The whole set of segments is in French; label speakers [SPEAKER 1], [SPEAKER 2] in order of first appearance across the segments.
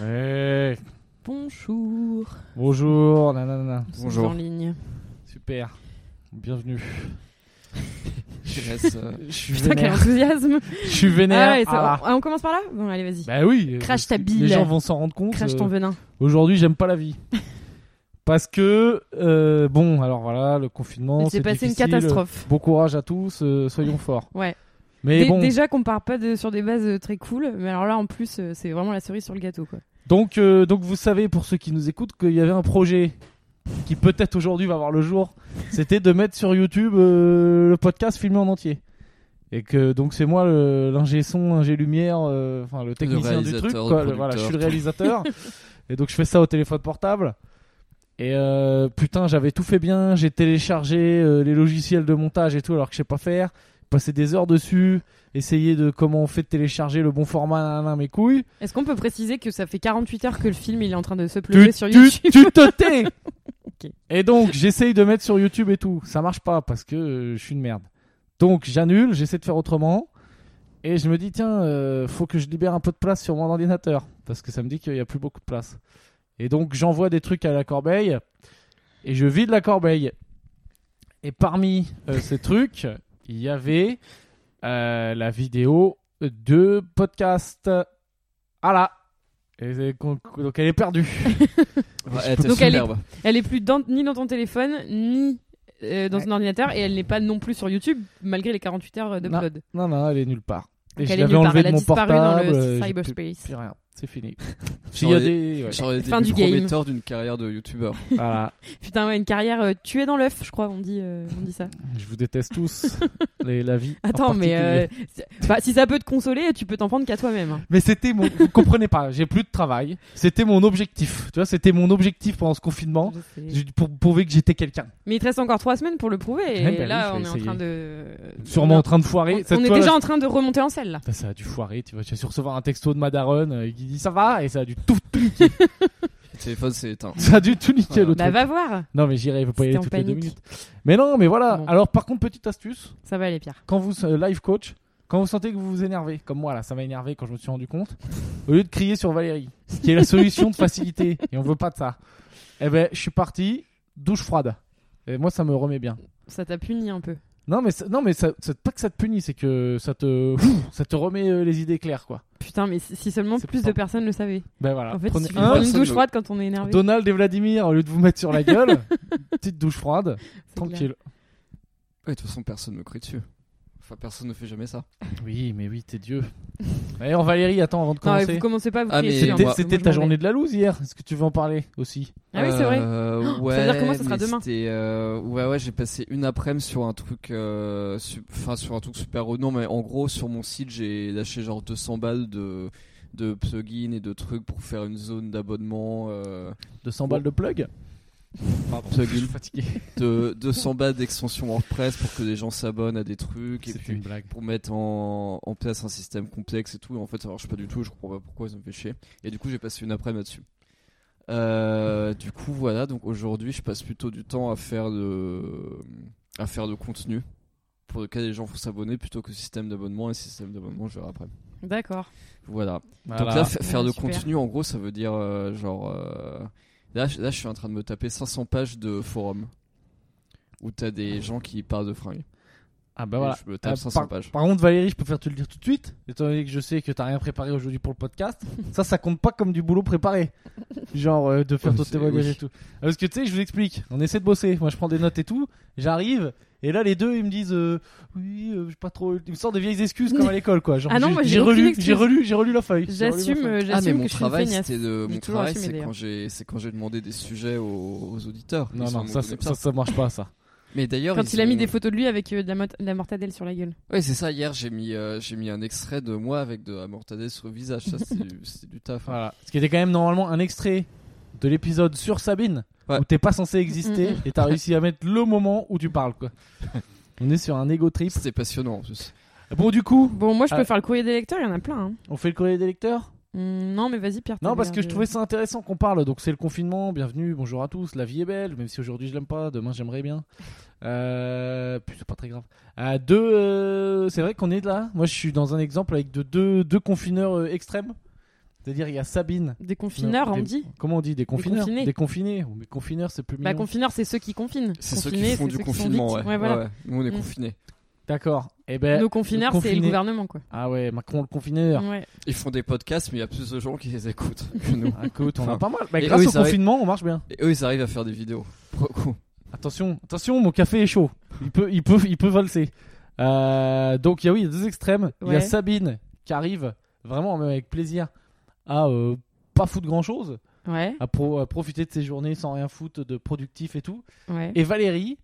[SPEAKER 1] Ouais.
[SPEAKER 2] Bonjour.
[SPEAKER 1] Bonjour, nanana.
[SPEAKER 2] Nous sommes
[SPEAKER 3] Bonjour.
[SPEAKER 2] En ligne.
[SPEAKER 1] Super. Bienvenue.
[SPEAKER 3] J'irais, euh,
[SPEAKER 1] Je suis
[SPEAKER 2] Putain, quel
[SPEAKER 1] vénère.
[SPEAKER 2] enthousiasme.
[SPEAKER 1] Je suis vénère.
[SPEAKER 2] Ah ouais, ça-
[SPEAKER 1] Ah là.
[SPEAKER 2] ah, on commence par là Bon, allez, vas-y.
[SPEAKER 1] Bah oui.
[SPEAKER 2] Crache ta bile.
[SPEAKER 1] Les gens vont s'en rendre compte.
[SPEAKER 2] Crache
[SPEAKER 1] euh,
[SPEAKER 2] ton venin.
[SPEAKER 1] Aujourd'hui, j'aime pas la vie. Parce que, euh, bon, alors voilà, le confinement.
[SPEAKER 2] Il s'est passé une
[SPEAKER 1] difficile.
[SPEAKER 2] catastrophe.
[SPEAKER 1] Bon courage à tous, euh, soyons forts.
[SPEAKER 2] Ouais.
[SPEAKER 1] Mais
[SPEAKER 2] Dé-
[SPEAKER 1] bon,
[SPEAKER 2] Déjà qu'on part pas de- sur des bases euh, très cool, mais alors là, en plus, euh, c'est vraiment la cerise sur le gâteau, quoi.
[SPEAKER 1] donc, euh, donc vous savez, pour ceux qui nous écoutent, qu'il y avait un projet qui peut-être aujourd'hui va voir le jour. C'était de mettre sur YouTube euh, le podcast filmé en entier. Et que donc c'est moi le- l'ingé son, l'ingé lumière, euh, enfin le technicien du
[SPEAKER 3] réalisateur,
[SPEAKER 1] truc.
[SPEAKER 3] le
[SPEAKER 1] Quoi, le- voilà, je suis le réalisateur. et donc je fais ça au téléphone portable. Et euh, putain, j'avais tout fait bien. J'ai téléchargé euh, les logiciels de montage et tout, alors que je sais pas faire. Passé des heures dessus, essayer de comment on fait de télécharger le bon format, nanana, mes couilles.
[SPEAKER 2] Est-ce qu'on peut préciser que ça fait 48 heures que le film il est en train de se
[SPEAKER 1] Tu,
[SPEAKER 2] plonger sur
[SPEAKER 1] tu,
[SPEAKER 2] YouTube
[SPEAKER 1] tu te tais
[SPEAKER 2] Ok.
[SPEAKER 1] Et donc, j'essaye de mettre sur YouTube et tout. Ça marche pas parce que euh, je suis une merde. Donc, j'annule, j'essaie de faire autrement. Et je me dis, tiens, euh, faut que je libère un peu de place sur mon ordinateur. Parce que ça me dit qu'il n'y a plus beaucoup de place. Et donc, j'envoie des trucs à la corbeille. Et je vide la corbeille. Et parmi euh, ces trucs, il y avait euh, la vidéo de podcast. Ah là Et- et- Donc, elle est perdue.
[SPEAKER 3] ouais, t'es
[SPEAKER 2] Donc elle est-
[SPEAKER 3] superbe.
[SPEAKER 2] Elle est plus dans- ni dans ton téléphone, ni euh, dans
[SPEAKER 1] Ouais.
[SPEAKER 2] ton ordinateur, et elle n'est pas non plus sur YouTube, malgré les 48 heures euh, d'upload.
[SPEAKER 1] Non, non, elle est nulle part. Et
[SPEAKER 2] Donc
[SPEAKER 1] je
[SPEAKER 2] elle est
[SPEAKER 1] l'avais
[SPEAKER 2] nulle part,
[SPEAKER 1] enlevée
[SPEAKER 2] elle
[SPEAKER 1] de
[SPEAKER 2] a
[SPEAKER 1] mon
[SPEAKER 2] disparu
[SPEAKER 1] portable.
[SPEAKER 2] dans
[SPEAKER 1] euh,
[SPEAKER 2] le
[SPEAKER 1] j'ai
[SPEAKER 2] cyberspace.
[SPEAKER 1] Plus rien, c'est fini. S'il y a
[SPEAKER 3] J'aurais
[SPEAKER 1] des. ouais. Ah,
[SPEAKER 3] J'aurais été
[SPEAKER 2] Fin du
[SPEAKER 3] plus
[SPEAKER 2] game.
[SPEAKER 3] prometteur d'une carrière de youtubeur.
[SPEAKER 1] Voilà.
[SPEAKER 2] Putain, ouais, une carrière, euh, tu es dans l'œuf, je crois, on dit, euh, on dit ça.
[SPEAKER 1] Je vous déteste tous. les, la vie. en
[SPEAKER 2] Attends, mais
[SPEAKER 1] particulier.
[SPEAKER 2] euh, c'est- bah, si ça peut te consoler, tu peux t'en prendre qu'à toi-même. hein.
[SPEAKER 1] Mais c'était mon. vous comprenez pas, j'ai plus de travail. C'était mon objectif. Tu vois, c'était mon objectif pendant ce confinement.
[SPEAKER 2] Je sais.
[SPEAKER 1] J'ai- Pour prouver que j'étais quelqu'un.
[SPEAKER 2] Mais il te reste encore trois semaines pour le prouver. Et
[SPEAKER 1] Ouais, bah
[SPEAKER 2] là,
[SPEAKER 1] oui, faut
[SPEAKER 2] on est en train
[SPEAKER 1] essayer.
[SPEAKER 2] de.
[SPEAKER 1] Sûrement en train de foirer.
[SPEAKER 2] On,
[SPEAKER 1] Cette
[SPEAKER 2] on est
[SPEAKER 1] fois-là,
[SPEAKER 2] déjà en train de remonter en selle. là.
[SPEAKER 1] Putain, Ça a dû foirer, tu vois. J'ai su recevoir un texto de ma daronne euh, qui dit ça va et ça a dû tout,
[SPEAKER 3] Le téléphone s'est éteint.
[SPEAKER 1] ça a dû tout niquer le
[SPEAKER 2] Bah
[SPEAKER 1] truc.
[SPEAKER 2] va voir,
[SPEAKER 1] Non mais j'irai, il faut pas y aller
[SPEAKER 2] C'était en
[SPEAKER 1] toutes les deux
[SPEAKER 2] panique.
[SPEAKER 1] minutes. Mais non, mais voilà.
[SPEAKER 2] Bon.
[SPEAKER 1] Alors par contre, petite astuce,
[SPEAKER 2] ça va aller pire.
[SPEAKER 1] quand vous euh, live coach, quand vous sentez que vous vous énervez, comme moi là, ça m'a énervé quand je me suis rendu compte, au lieu de crier sur Valérie, ce qui est la solution de facilité, et on veut pas de ça. Eh ben, je suis parti, douche froide. Et moi, ça me remet bien.
[SPEAKER 2] Ça t'a puni un peu.
[SPEAKER 1] Non, mais ça- non, mais ça, c'est pas que ça te punit, c'est que ça te, ouf, ça te remet euh, les idées claires, quoi.
[SPEAKER 2] Putain, mais si si seulement
[SPEAKER 1] C'est
[SPEAKER 2] plus
[SPEAKER 1] pas-
[SPEAKER 2] de personnes le savaient.
[SPEAKER 1] Ben voilà.
[SPEAKER 2] en fait, il
[SPEAKER 1] Prenez
[SPEAKER 2] suffit
[SPEAKER 1] un,
[SPEAKER 2] de prendre une
[SPEAKER 3] personne
[SPEAKER 2] douche
[SPEAKER 3] ne-
[SPEAKER 2] froide quand on est énervé.
[SPEAKER 1] Donald et Vladimir, au lieu de vous mettre sur la gueule, petite douche froide,
[SPEAKER 2] c'est clair.
[SPEAKER 1] tranquille.
[SPEAKER 3] Ouais, de toute façon, personne me crie dessus. Enfin, personne ne fait jamais ça.
[SPEAKER 1] Oui, mais oui, t'es Dieu. D'ailleurs, Valérie, attends avant de
[SPEAKER 2] Non, mais
[SPEAKER 1] commencer.
[SPEAKER 2] vous commencez pas à vous
[SPEAKER 3] Ah,
[SPEAKER 2] crier
[SPEAKER 3] mais
[SPEAKER 2] dessus, hein,
[SPEAKER 1] C'était-
[SPEAKER 2] moi- moi,
[SPEAKER 1] C'était
[SPEAKER 2] je
[SPEAKER 1] ta
[SPEAKER 2] m'en vais.
[SPEAKER 1] journée de la loose hier. Est-ce que tu veux en parler aussi
[SPEAKER 2] Ah oui, c'est vrai.
[SPEAKER 3] Euh,
[SPEAKER 2] Oh,
[SPEAKER 3] ouais,
[SPEAKER 2] ça veut dire que moi, ça sera
[SPEAKER 3] mais
[SPEAKER 2] demain.
[SPEAKER 3] c'était, euh, ouais, ouais, j'ai passé une après-midi sur un truc, euh, su- enfin sur un truc super renom, mais en gros sur mon site j'ai lâché genre 200 balles de de plugins et de trucs pour faire une zone d'abonnement, euh,
[SPEAKER 1] 200 balles de plug Pardon,
[SPEAKER 3] Plug-in.
[SPEAKER 1] je suis fatigué.
[SPEAKER 3] de 200 balles d'extension WordPress pour que les gens s'abonnent à des trucs et
[SPEAKER 1] C'est
[SPEAKER 3] puis
[SPEAKER 1] une blague.
[SPEAKER 3] pour mettre en, en place un système complexe et tout. Et en fait, ça marche pas du tout. Je comprends pas pourquoi ils ont fait chier. Et du coup, j'ai passé une après-midi là-dessus. Euh, du coup, voilà. Donc aujourd'hui, je passe plutôt du temps à faire de, à faire de contenu pour lequel les gens vont s'abonner plutôt que système d'abonnement. Et système d'abonnement, je verrai après.
[SPEAKER 2] D'accord.
[SPEAKER 3] Voilà.
[SPEAKER 1] Voilà.
[SPEAKER 3] Donc là, fa- faire
[SPEAKER 2] Ouais,
[SPEAKER 3] de
[SPEAKER 2] super.
[SPEAKER 3] contenu, en gros, ça veut dire euh, genre. euh, là, je- là, je suis en train de me taper 500 pages de forum où t'as des gens qui parlent de fringues.
[SPEAKER 1] ah bah
[SPEAKER 3] Et
[SPEAKER 1] voilà.
[SPEAKER 3] Je me tape
[SPEAKER 1] Ah,
[SPEAKER 3] 500
[SPEAKER 1] par,
[SPEAKER 3] pages.
[SPEAKER 1] par contre, Valérie, je peux faire te le dire tout de suite, étant donné que je sais que t'as rien préparé aujourd'hui pour le podcast. ça, ça compte pas comme du boulot préparé. Genre euh, de faire
[SPEAKER 3] Ouais,
[SPEAKER 1] ton
[SPEAKER 3] c'est-
[SPEAKER 1] témoignage
[SPEAKER 3] oui.
[SPEAKER 1] et tout. Ah, Parce que tu sais, je vous explique. On essaie de bosser. Moi, je prends des notes et tout. J'arrive. Et là, les deux, ils me disent euh, Oui, euh, j'ai pas trop. Ils me sortent des vieilles excuses comme à l'école, quoi. Genre,
[SPEAKER 2] Ah non, moi, j'ai
[SPEAKER 1] j'ai
[SPEAKER 2] aucune
[SPEAKER 1] relu,
[SPEAKER 2] excuse.
[SPEAKER 1] j'ai relu, j'ai relu la feuille. J'ai relu la
[SPEAKER 2] J'assume,
[SPEAKER 1] feuille.
[SPEAKER 2] euh,
[SPEAKER 3] Ah mais
[SPEAKER 2] j'assume que
[SPEAKER 3] mon
[SPEAKER 2] je suis une
[SPEAKER 3] travail
[SPEAKER 2] feignasse.
[SPEAKER 3] c'était de
[SPEAKER 2] J'ai toujours
[SPEAKER 3] mon travail
[SPEAKER 2] assumé,
[SPEAKER 3] c'est
[SPEAKER 2] d'ailleurs.
[SPEAKER 3] quand j'ai c'est quand j'ai demandé des sujets aux, aux auditeurs.
[SPEAKER 1] Non,
[SPEAKER 3] Ils
[SPEAKER 1] non,
[SPEAKER 3] sont
[SPEAKER 1] ça,
[SPEAKER 3] reconnus
[SPEAKER 1] c'est-
[SPEAKER 3] pour
[SPEAKER 1] ça, ça marche pas, ça.
[SPEAKER 3] Mais d'ailleurs
[SPEAKER 2] Quand
[SPEAKER 3] ils
[SPEAKER 2] il a mis
[SPEAKER 3] ont-
[SPEAKER 2] des photos de lui avec euh, de la mot- de la mortadelle sur la gueule.
[SPEAKER 3] Ouais c'est ça hier j'ai mis euh, j'ai mis un extrait de moi avec de la mortadelle sur le visage ça c'est du, c'est du taf. hein.
[SPEAKER 1] Voilà. Ce qui était quand même normalement un extrait de l'épisode sur Sabine,
[SPEAKER 3] Ouais.
[SPEAKER 1] où t'es pas censé exister, et t'as réussi à mettre le moment où tu parles, quoi. On est sur un ego trip.
[SPEAKER 3] C'était passionnant en plus.
[SPEAKER 1] Bon, du coup,
[SPEAKER 2] Bon, moi je peux
[SPEAKER 1] Ah.
[SPEAKER 2] faire le courrier des lecteurs, il y en a plein. hein.
[SPEAKER 1] on fait le courrier des lecteurs
[SPEAKER 2] Hum, non, mais vas-y, Pierre. t'as
[SPEAKER 1] Non, parce
[SPEAKER 2] l'air
[SPEAKER 1] que je
[SPEAKER 2] de-
[SPEAKER 1] trouvais ça intéressant qu'on parle. Donc, c'est le confinement, bienvenue, bonjour à tous, la vie est belle, même si aujourd'hui je l'aime pas, demain j'aimerais bien. Euh, puis c'est pas très grave. Euh, deux, euh, c'est vrai qu'on est là. Moi, je suis dans un exemple avec de deux, deux confineurs euh, extrêmes. C'est-à-dire, il y a Sabine.
[SPEAKER 2] Des confineurs,
[SPEAKER 1] Non,
[SPEAKER 2] on
[SPEAKER 1] des-
[SPEAKER 2] dit.
[SPEAKER 1] Comment on dit Des confineurs
[SPEAKER 2] confinés.
[SPEAKER 1] Des confinés. Oh, Mais confineurs, c'est plus
[SPEAKER 2] Bah,
[SPEAKER 1] mignon.
[SPEAKER 2] confineurs, c'est ceux qui confinent.
[SPEAKER 3] C'est ceux
[SPEAKER 2] Confinés,
[SPEAKER 3] qui font
[SPEAKER 2] c'est
[SPEAKER 3] du
[SPEAKER 2] ceux qui sont
[SPEAKER 3] confinement, ouais.
[SPEAKER 2] victimes. Ouais, voilà.
[SPEAKER 3] Ouais, ouais. Nous, on est
[SPEAKER 2] Mm.
[SPEAKER 3] confinés.
[SPEAKER 1] D'accord. Eh ben,
[SPEAKER 2] Nos confineurs, c'est
[SPEAKER 1] confiné.
[SPEAKER 2] le gouvernement, quoi.
[SPEAKER 1] ah ouais, Macron le confineur.
[SPEAKER 2] Ouais.
[SPEAKER 3] Ils font des podcasts, mais il y a plus de gens qui les écoutent que nous.
[SPEAKER 1] Ah, écoute, on a
[SPEAKER 3] Enfin,
[SPEAKER 1] pas mal. Bah,
[SPEAKER 3] et
[SPEAKER 1] grâce
[SPEAKER 3] oui,
[SPEAKER 1] au
[SPEAKER 3] c'est vrai.
[SPEAKER 1] confinement, on marche bien.
[SPEAKER 3] Et eux, ils arrivent à faire des vidéos. Pour le coup.
[SPEAKER 1] Attention, attention, mon café est chaud. Il peut, il peut, il peut valser. Euh, donc, il y a oui, il y a deux extrêmes. Il y a
[SPEAKER 2] Ouais.
[SPEAKER 1] Sabine qui arrive vraiment même avec plaisir à euh, pas foutre grand chose,
[SPEAKER 2] Ouais.
[SPEAKER 1] à, pro- à profiter de ses journées sans rien foutre de productif et tout.
[SPEAKER 2] Ouais.
[SPEAKER 1] Et Valérie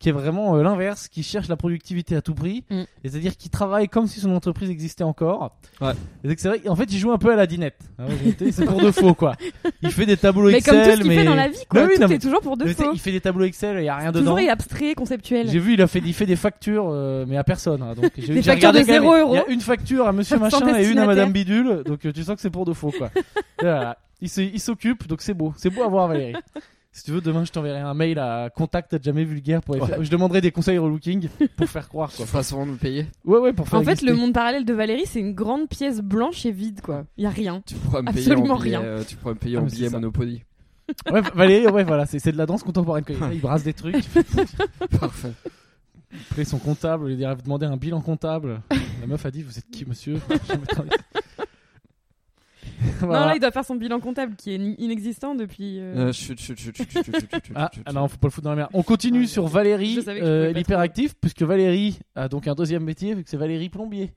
[SPEAKER 1] qui est vraiment euh, l'inverse, qui cherche la productivité à tout prix,
[SPEAKER 2] Mm.
[SPEAKER 1] et c'est-à-dire qui travaille comme si son entreprise existait encore.
[SPEAKER 3] Ouais.
[SPEAKER 1] Et donc c'est vrai, en fait, il joue un peu à la dinette. hein, en vérité, c'est pour de faux quoi. Il fait des tableaux
[SPEAKER 2] Mais
[SPEAKER 1] Excel,
[SPEAKER 2] comme tout ce qu'il
[SPEAKER 1] mais
[SPEAKER 2] fait dans la vie, quoi.
[SPEAKER 1] Mais oui,
[SPEAKER 2] tout
[SPEAKER 1] non,
[SPEAKER 2] est
[SPEAKER 1] mais-
[SPEAKER 2] toujours pour deux
[SPEAKER 1] mais tu sais,
[SPEAKER 2] faux.
[SPEAKER 1] il fait des tableaux Excel, il y a rien dedans.
[SPEAKER 2] Toujours il est abstrait, conceptuel.
[SPEAKER 1] J'ai vu, il a fait, il fait des factures, euh, mais à personne. hein, donc, j'ai
[SPEAKER 2] Des
[SPEAKER 1] j'ai
[SPEAKER 2] factures
[SPEAKER 1] regardé
[SPEAKER 2] de
[SPEAKER 1] quand même,
[SPEAKER 2] zéro
[SPEAKER 1] il y a-
[SPEAKER 2] euro.
[SPEAKER 1] Il y a une facture à Monsieur
[SPEAKER 2] Sans
[SPEAKER 1] Machin et une à
[SPEAKER 2] destinataire.
[SPEAKER 1] Madame Bidule, donc euh, tu sens que c'est pour de faux, quoi. Et voilà. Il se- il s'occupe, donc c'est beau, c'est beau à voir, Valérie. Si tu veux, demain je t'enverrai un mail à contact@jamaisvulgaire.fr. Je demanderai des conseils relooking pour faire croire,
[SPEAKER 3] Ils
[SPEAKER 1] quoi.
[SPEAKER 3] font souvent nous payer.
[SPEAKER 1] Ouais, ouais, pour faire.
[SPEAKER 2] En fait,
[SPEAKER 1] exister.
[SPEAKER 2] le monde parallèle de Valérie, c'est une grande pièce blanche et vide, quoi. Il y a rien.
[SPEAKER 3] Tu pourras me
[SPEAKER 2] Absolument
[SPEAKER 3] payer
[SPEAKER 2] rien.
[SPEAKER 3] en billet, euh, tu pourras me payer
[SPEAKER 1] Ah,
[SPEAKER 3] en
[SPEAKER 1] mais c'est
[SPEAKER 3] billet
[SPEAKER 1] ça.
[SPEAKER 3] Monopoly.
[SPEAKER 1] Ouais, Valérie, ouais, voilà, c'est c'est de la danse contemporaine. quoi. Il brasse des trucs.
[SPEAKER 3] Parfait.
[SPEAKER 1] Après, son comptable, il a demandé un bilan comptable. La meuf a dit Vous êtes qui, monsieur
[SPEAKER 2] Non,
[SPEAKER 1] Voilà.
[SPEAKER 2] là, il doit faire son bilan comptable qui est in- inexistant depuis. euh,
[SPEAKER 3] Euh, Chut, chut, chut, chut, chut, chut, chut, chut,
[SPEAKER 1] Ah,
[SPEAKER 3] chut,
[SPEAKER 1] ah
[SPEAKER 3] chut.
[SPEAKER 1] non, faut pas le foutre dans la merde. On continue
[SPEAKER 2] Ouais,
[SPEAKER 1] sur
[SPEAKER 2] je-
[SPEAKER 1] Valérie,
[SPEAKER 2] je savais que je
[SPEAKER 1] euh,
[SPEAKER 2] pouvais pas
[SPEAKER 1] l'hyperactif, puisque Valérie a donc un deuxième métier, vu que c'est Valérie plombier.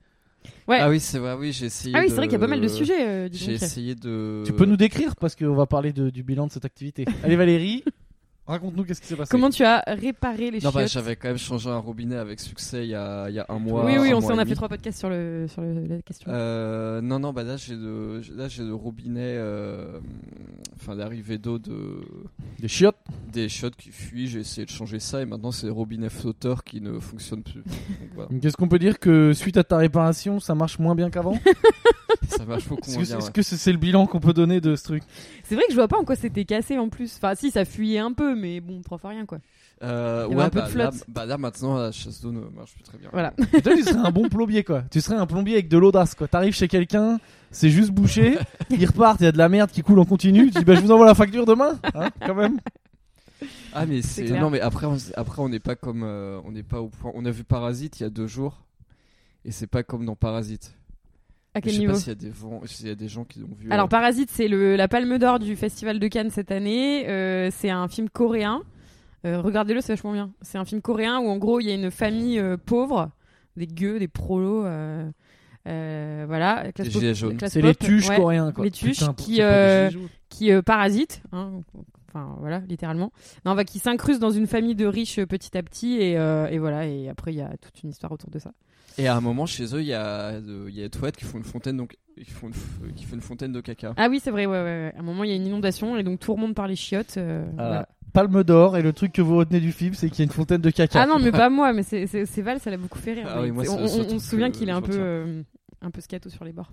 [SPEAKER 2] Ouais.
[SPEAKER 3] Ah oui, c'est vrai, oui, j'ai essayé.
[SPEAKER 2] Ah oui,
[SPEAKER 3] de-
[SPEAKER 2] c'est vrai qu'il y a pas mal de sujets, euh, dis
[SPEAKER 3] J'ai
[SPEAKER 2] donc.
[SPEAKER 3] essayé de.
[SPEAKER 1] Tu peux nous décrire, parce qu'on va parler de- du bilan de cette activité. Allez Valérie, raconte-nous qu'est-ce qui s'est passé.
[SPEAKER 2] Comment tu as réparé les
[SPEAKER 3] Non, bah,
[SPEAKER 2] chiottes
[SPEAKER 3] j'avais quand même changé un robinet avec succès il y a, il y a un mois.
[SPEAKER 2] Oui, oui,
[SPEAKER 3] un
[SPEAKER 2] on,
[SPEAKER 3] mois
[SPEAKER 2] s'en
[SPEAKER 3] et
[SPEAKER 2] a
[SPEAKER 3] demi.
[SPEAKER 2] fait trois podcasts sur, le, sur le- la question.
[SPEAKER 3] Euh, non, non, bah là j'ai de, là j'ai le robinet, euh, enfin l'arrivée d'eau de
[SPEAKER 1] Des chiottes.
[SPEAKER 3] des shots qui fuient. J'ai essayé de changer ça et maintenant c'est le robinet flotteur qui ne fonctionne plus. Donc, voilà.
[SPEAKER 1] Qu'est-ce qu'on peut dire que suite à ta réparation, ça marche moins bien qu'avant
[SPEAKER 3] ça marche beaucoup
[SPEAKER 1] Est-ce
[SPEAKER 3] moins
[SPEAKER 1] que,
[SPEAKER 3] bien.
[SPEAKER 1] est-ce
[SPEAKER 3] ouais.
[SPEAKER 1] que c'est c'est le bilan qu'on peut donner de ce truc
[SPEAKER 2] C'est vrai que je vois pas en quoi c'était cassé en plus. Enfin, si, ça fuyait un peu, mais bon, trois fois rien, quoi.
[SPEAKER 3] Euh,
[SPEAKER 2] Il y avait
[SPEAKER 3] ouais,
[SPEAKER 2] un peu de
[SPEAKER 3] bah, là,
[SPEAKER 2] flotte.
[SPEAKER 3] bah, là, maintenant la chasse d'eau ne marche plus très bien.
[SPEAKER 2] Voilà.
[SPEAKER 1] Et Toi, tu serais un bon plombier, quoi. Tu serais un plombier avec de l'audace, quoi. T'arrives chez quelqu'un, c'est juste bouché, ils repartent, il y a de la merde qui coule en continu. Tu dis, bah, je vous envoie la facture demain, hein, quand même.
[SPEAKER 3] Ah mais
[SPEAKER 2] C'est
[SPEAKER 3] c'est
[SPEAKER 2] clair.
[SPEAKER 3] non mais après on, après on n'est pas comme euh, on n'est pas au point. On a vu Parasite il y a deux jours et c'est pas comme dans Parasite.
[SPEAKER 2] À
[SPEAKER 3] Je
[SPEAKER 2] quel
[SPEAKER 3] sais
[SPEAKER 2] niveau
[SPEAKER 3] pas s'il y a des vents- s'il y a des gens qui l'ont vu.
[SPEAKER 2] Alors,
[SPEAKER 3] euh,
[SPEAKER 2] Parasite, c'est le- la palme d'or du Festival de Cannes cette année. Euh, c'est un film coréen. Euh, Regardez-le, c'est vachement bien. C'est un film coréen où, en gros, il y a une famille euh, pauvre, des gueux, des prolos. euh, euh, voilà, classe
[SPEAKER 3] Les
[SPEAKER 2] pop-
[SPEAKER 3] gilets jaunes.
[SPEAKER 2] classe
[SPEAKER 1] C'est les
[SPEAKER 2] pop,
[SPEAKER 1] tuches
[SPEAKER 2] ouais.
[SPEAKER 1] coréens, quoi.
[SPEAKER 2] les tuches
[SPEAKER 1] pour-
[SPEAKER 2] qui,
[SPEAKER 1] c'est pas des
[SPEAKER 2] euh,
[SPEAKER 1] joujoux.
[SPEAKER 2] qui euh, parasite, hein, enfin voilà, littéralement. Non, va qui s'incruste dans une famille de riches euh, petit à petit et, euh, et voilà. Et après, il y a toute une histoire autour de ça.
[SPEAKER 3] Et à un moment chez eux, il y a euh, il y a les toilettes qui font une fontaine donc qui font une f- qui fait une fontaine de caca.
[SPEAKER 2] Ah oui, c'est vrai. Ouais, ouais, ouais. À un moment, il y a une inondation et donc tout remonte par les chiottes. euh,
[SPEAKER 1] Ah,
[SPEAKER 2] voilà.
[SPEAKER 1] Palme d'or, et le truc que vous retenez du film, c'est qu'il y a une fontaine de caca.
[SPEAKER 2] Ah non, mais pas moi. Mais c'est- c'est c'est Val, ça l'a beaucoup fait rire.
[SPEAKER 3] Ah
[SPEAKER 2] mais
[SPEAKER 3] oui, moi,
[SPEAKER 2] c'est-
[SPEAKER 3] ce-
[SPEAKER 2] on,
[SPEAKER 3] ce
[SPEAKER 2] on- on
[SPEAKER 3] truc,
[SPEAKER 2] se souvient
[SPEAKER 3] euh,
[SPEAKER 2] qu'il est
[SPEAKER 3] je
[SPEAKER 2] un peu,
[SPEAKER 3] retiens.
[SPEAKER 2] euh, un peu scato sur les bords.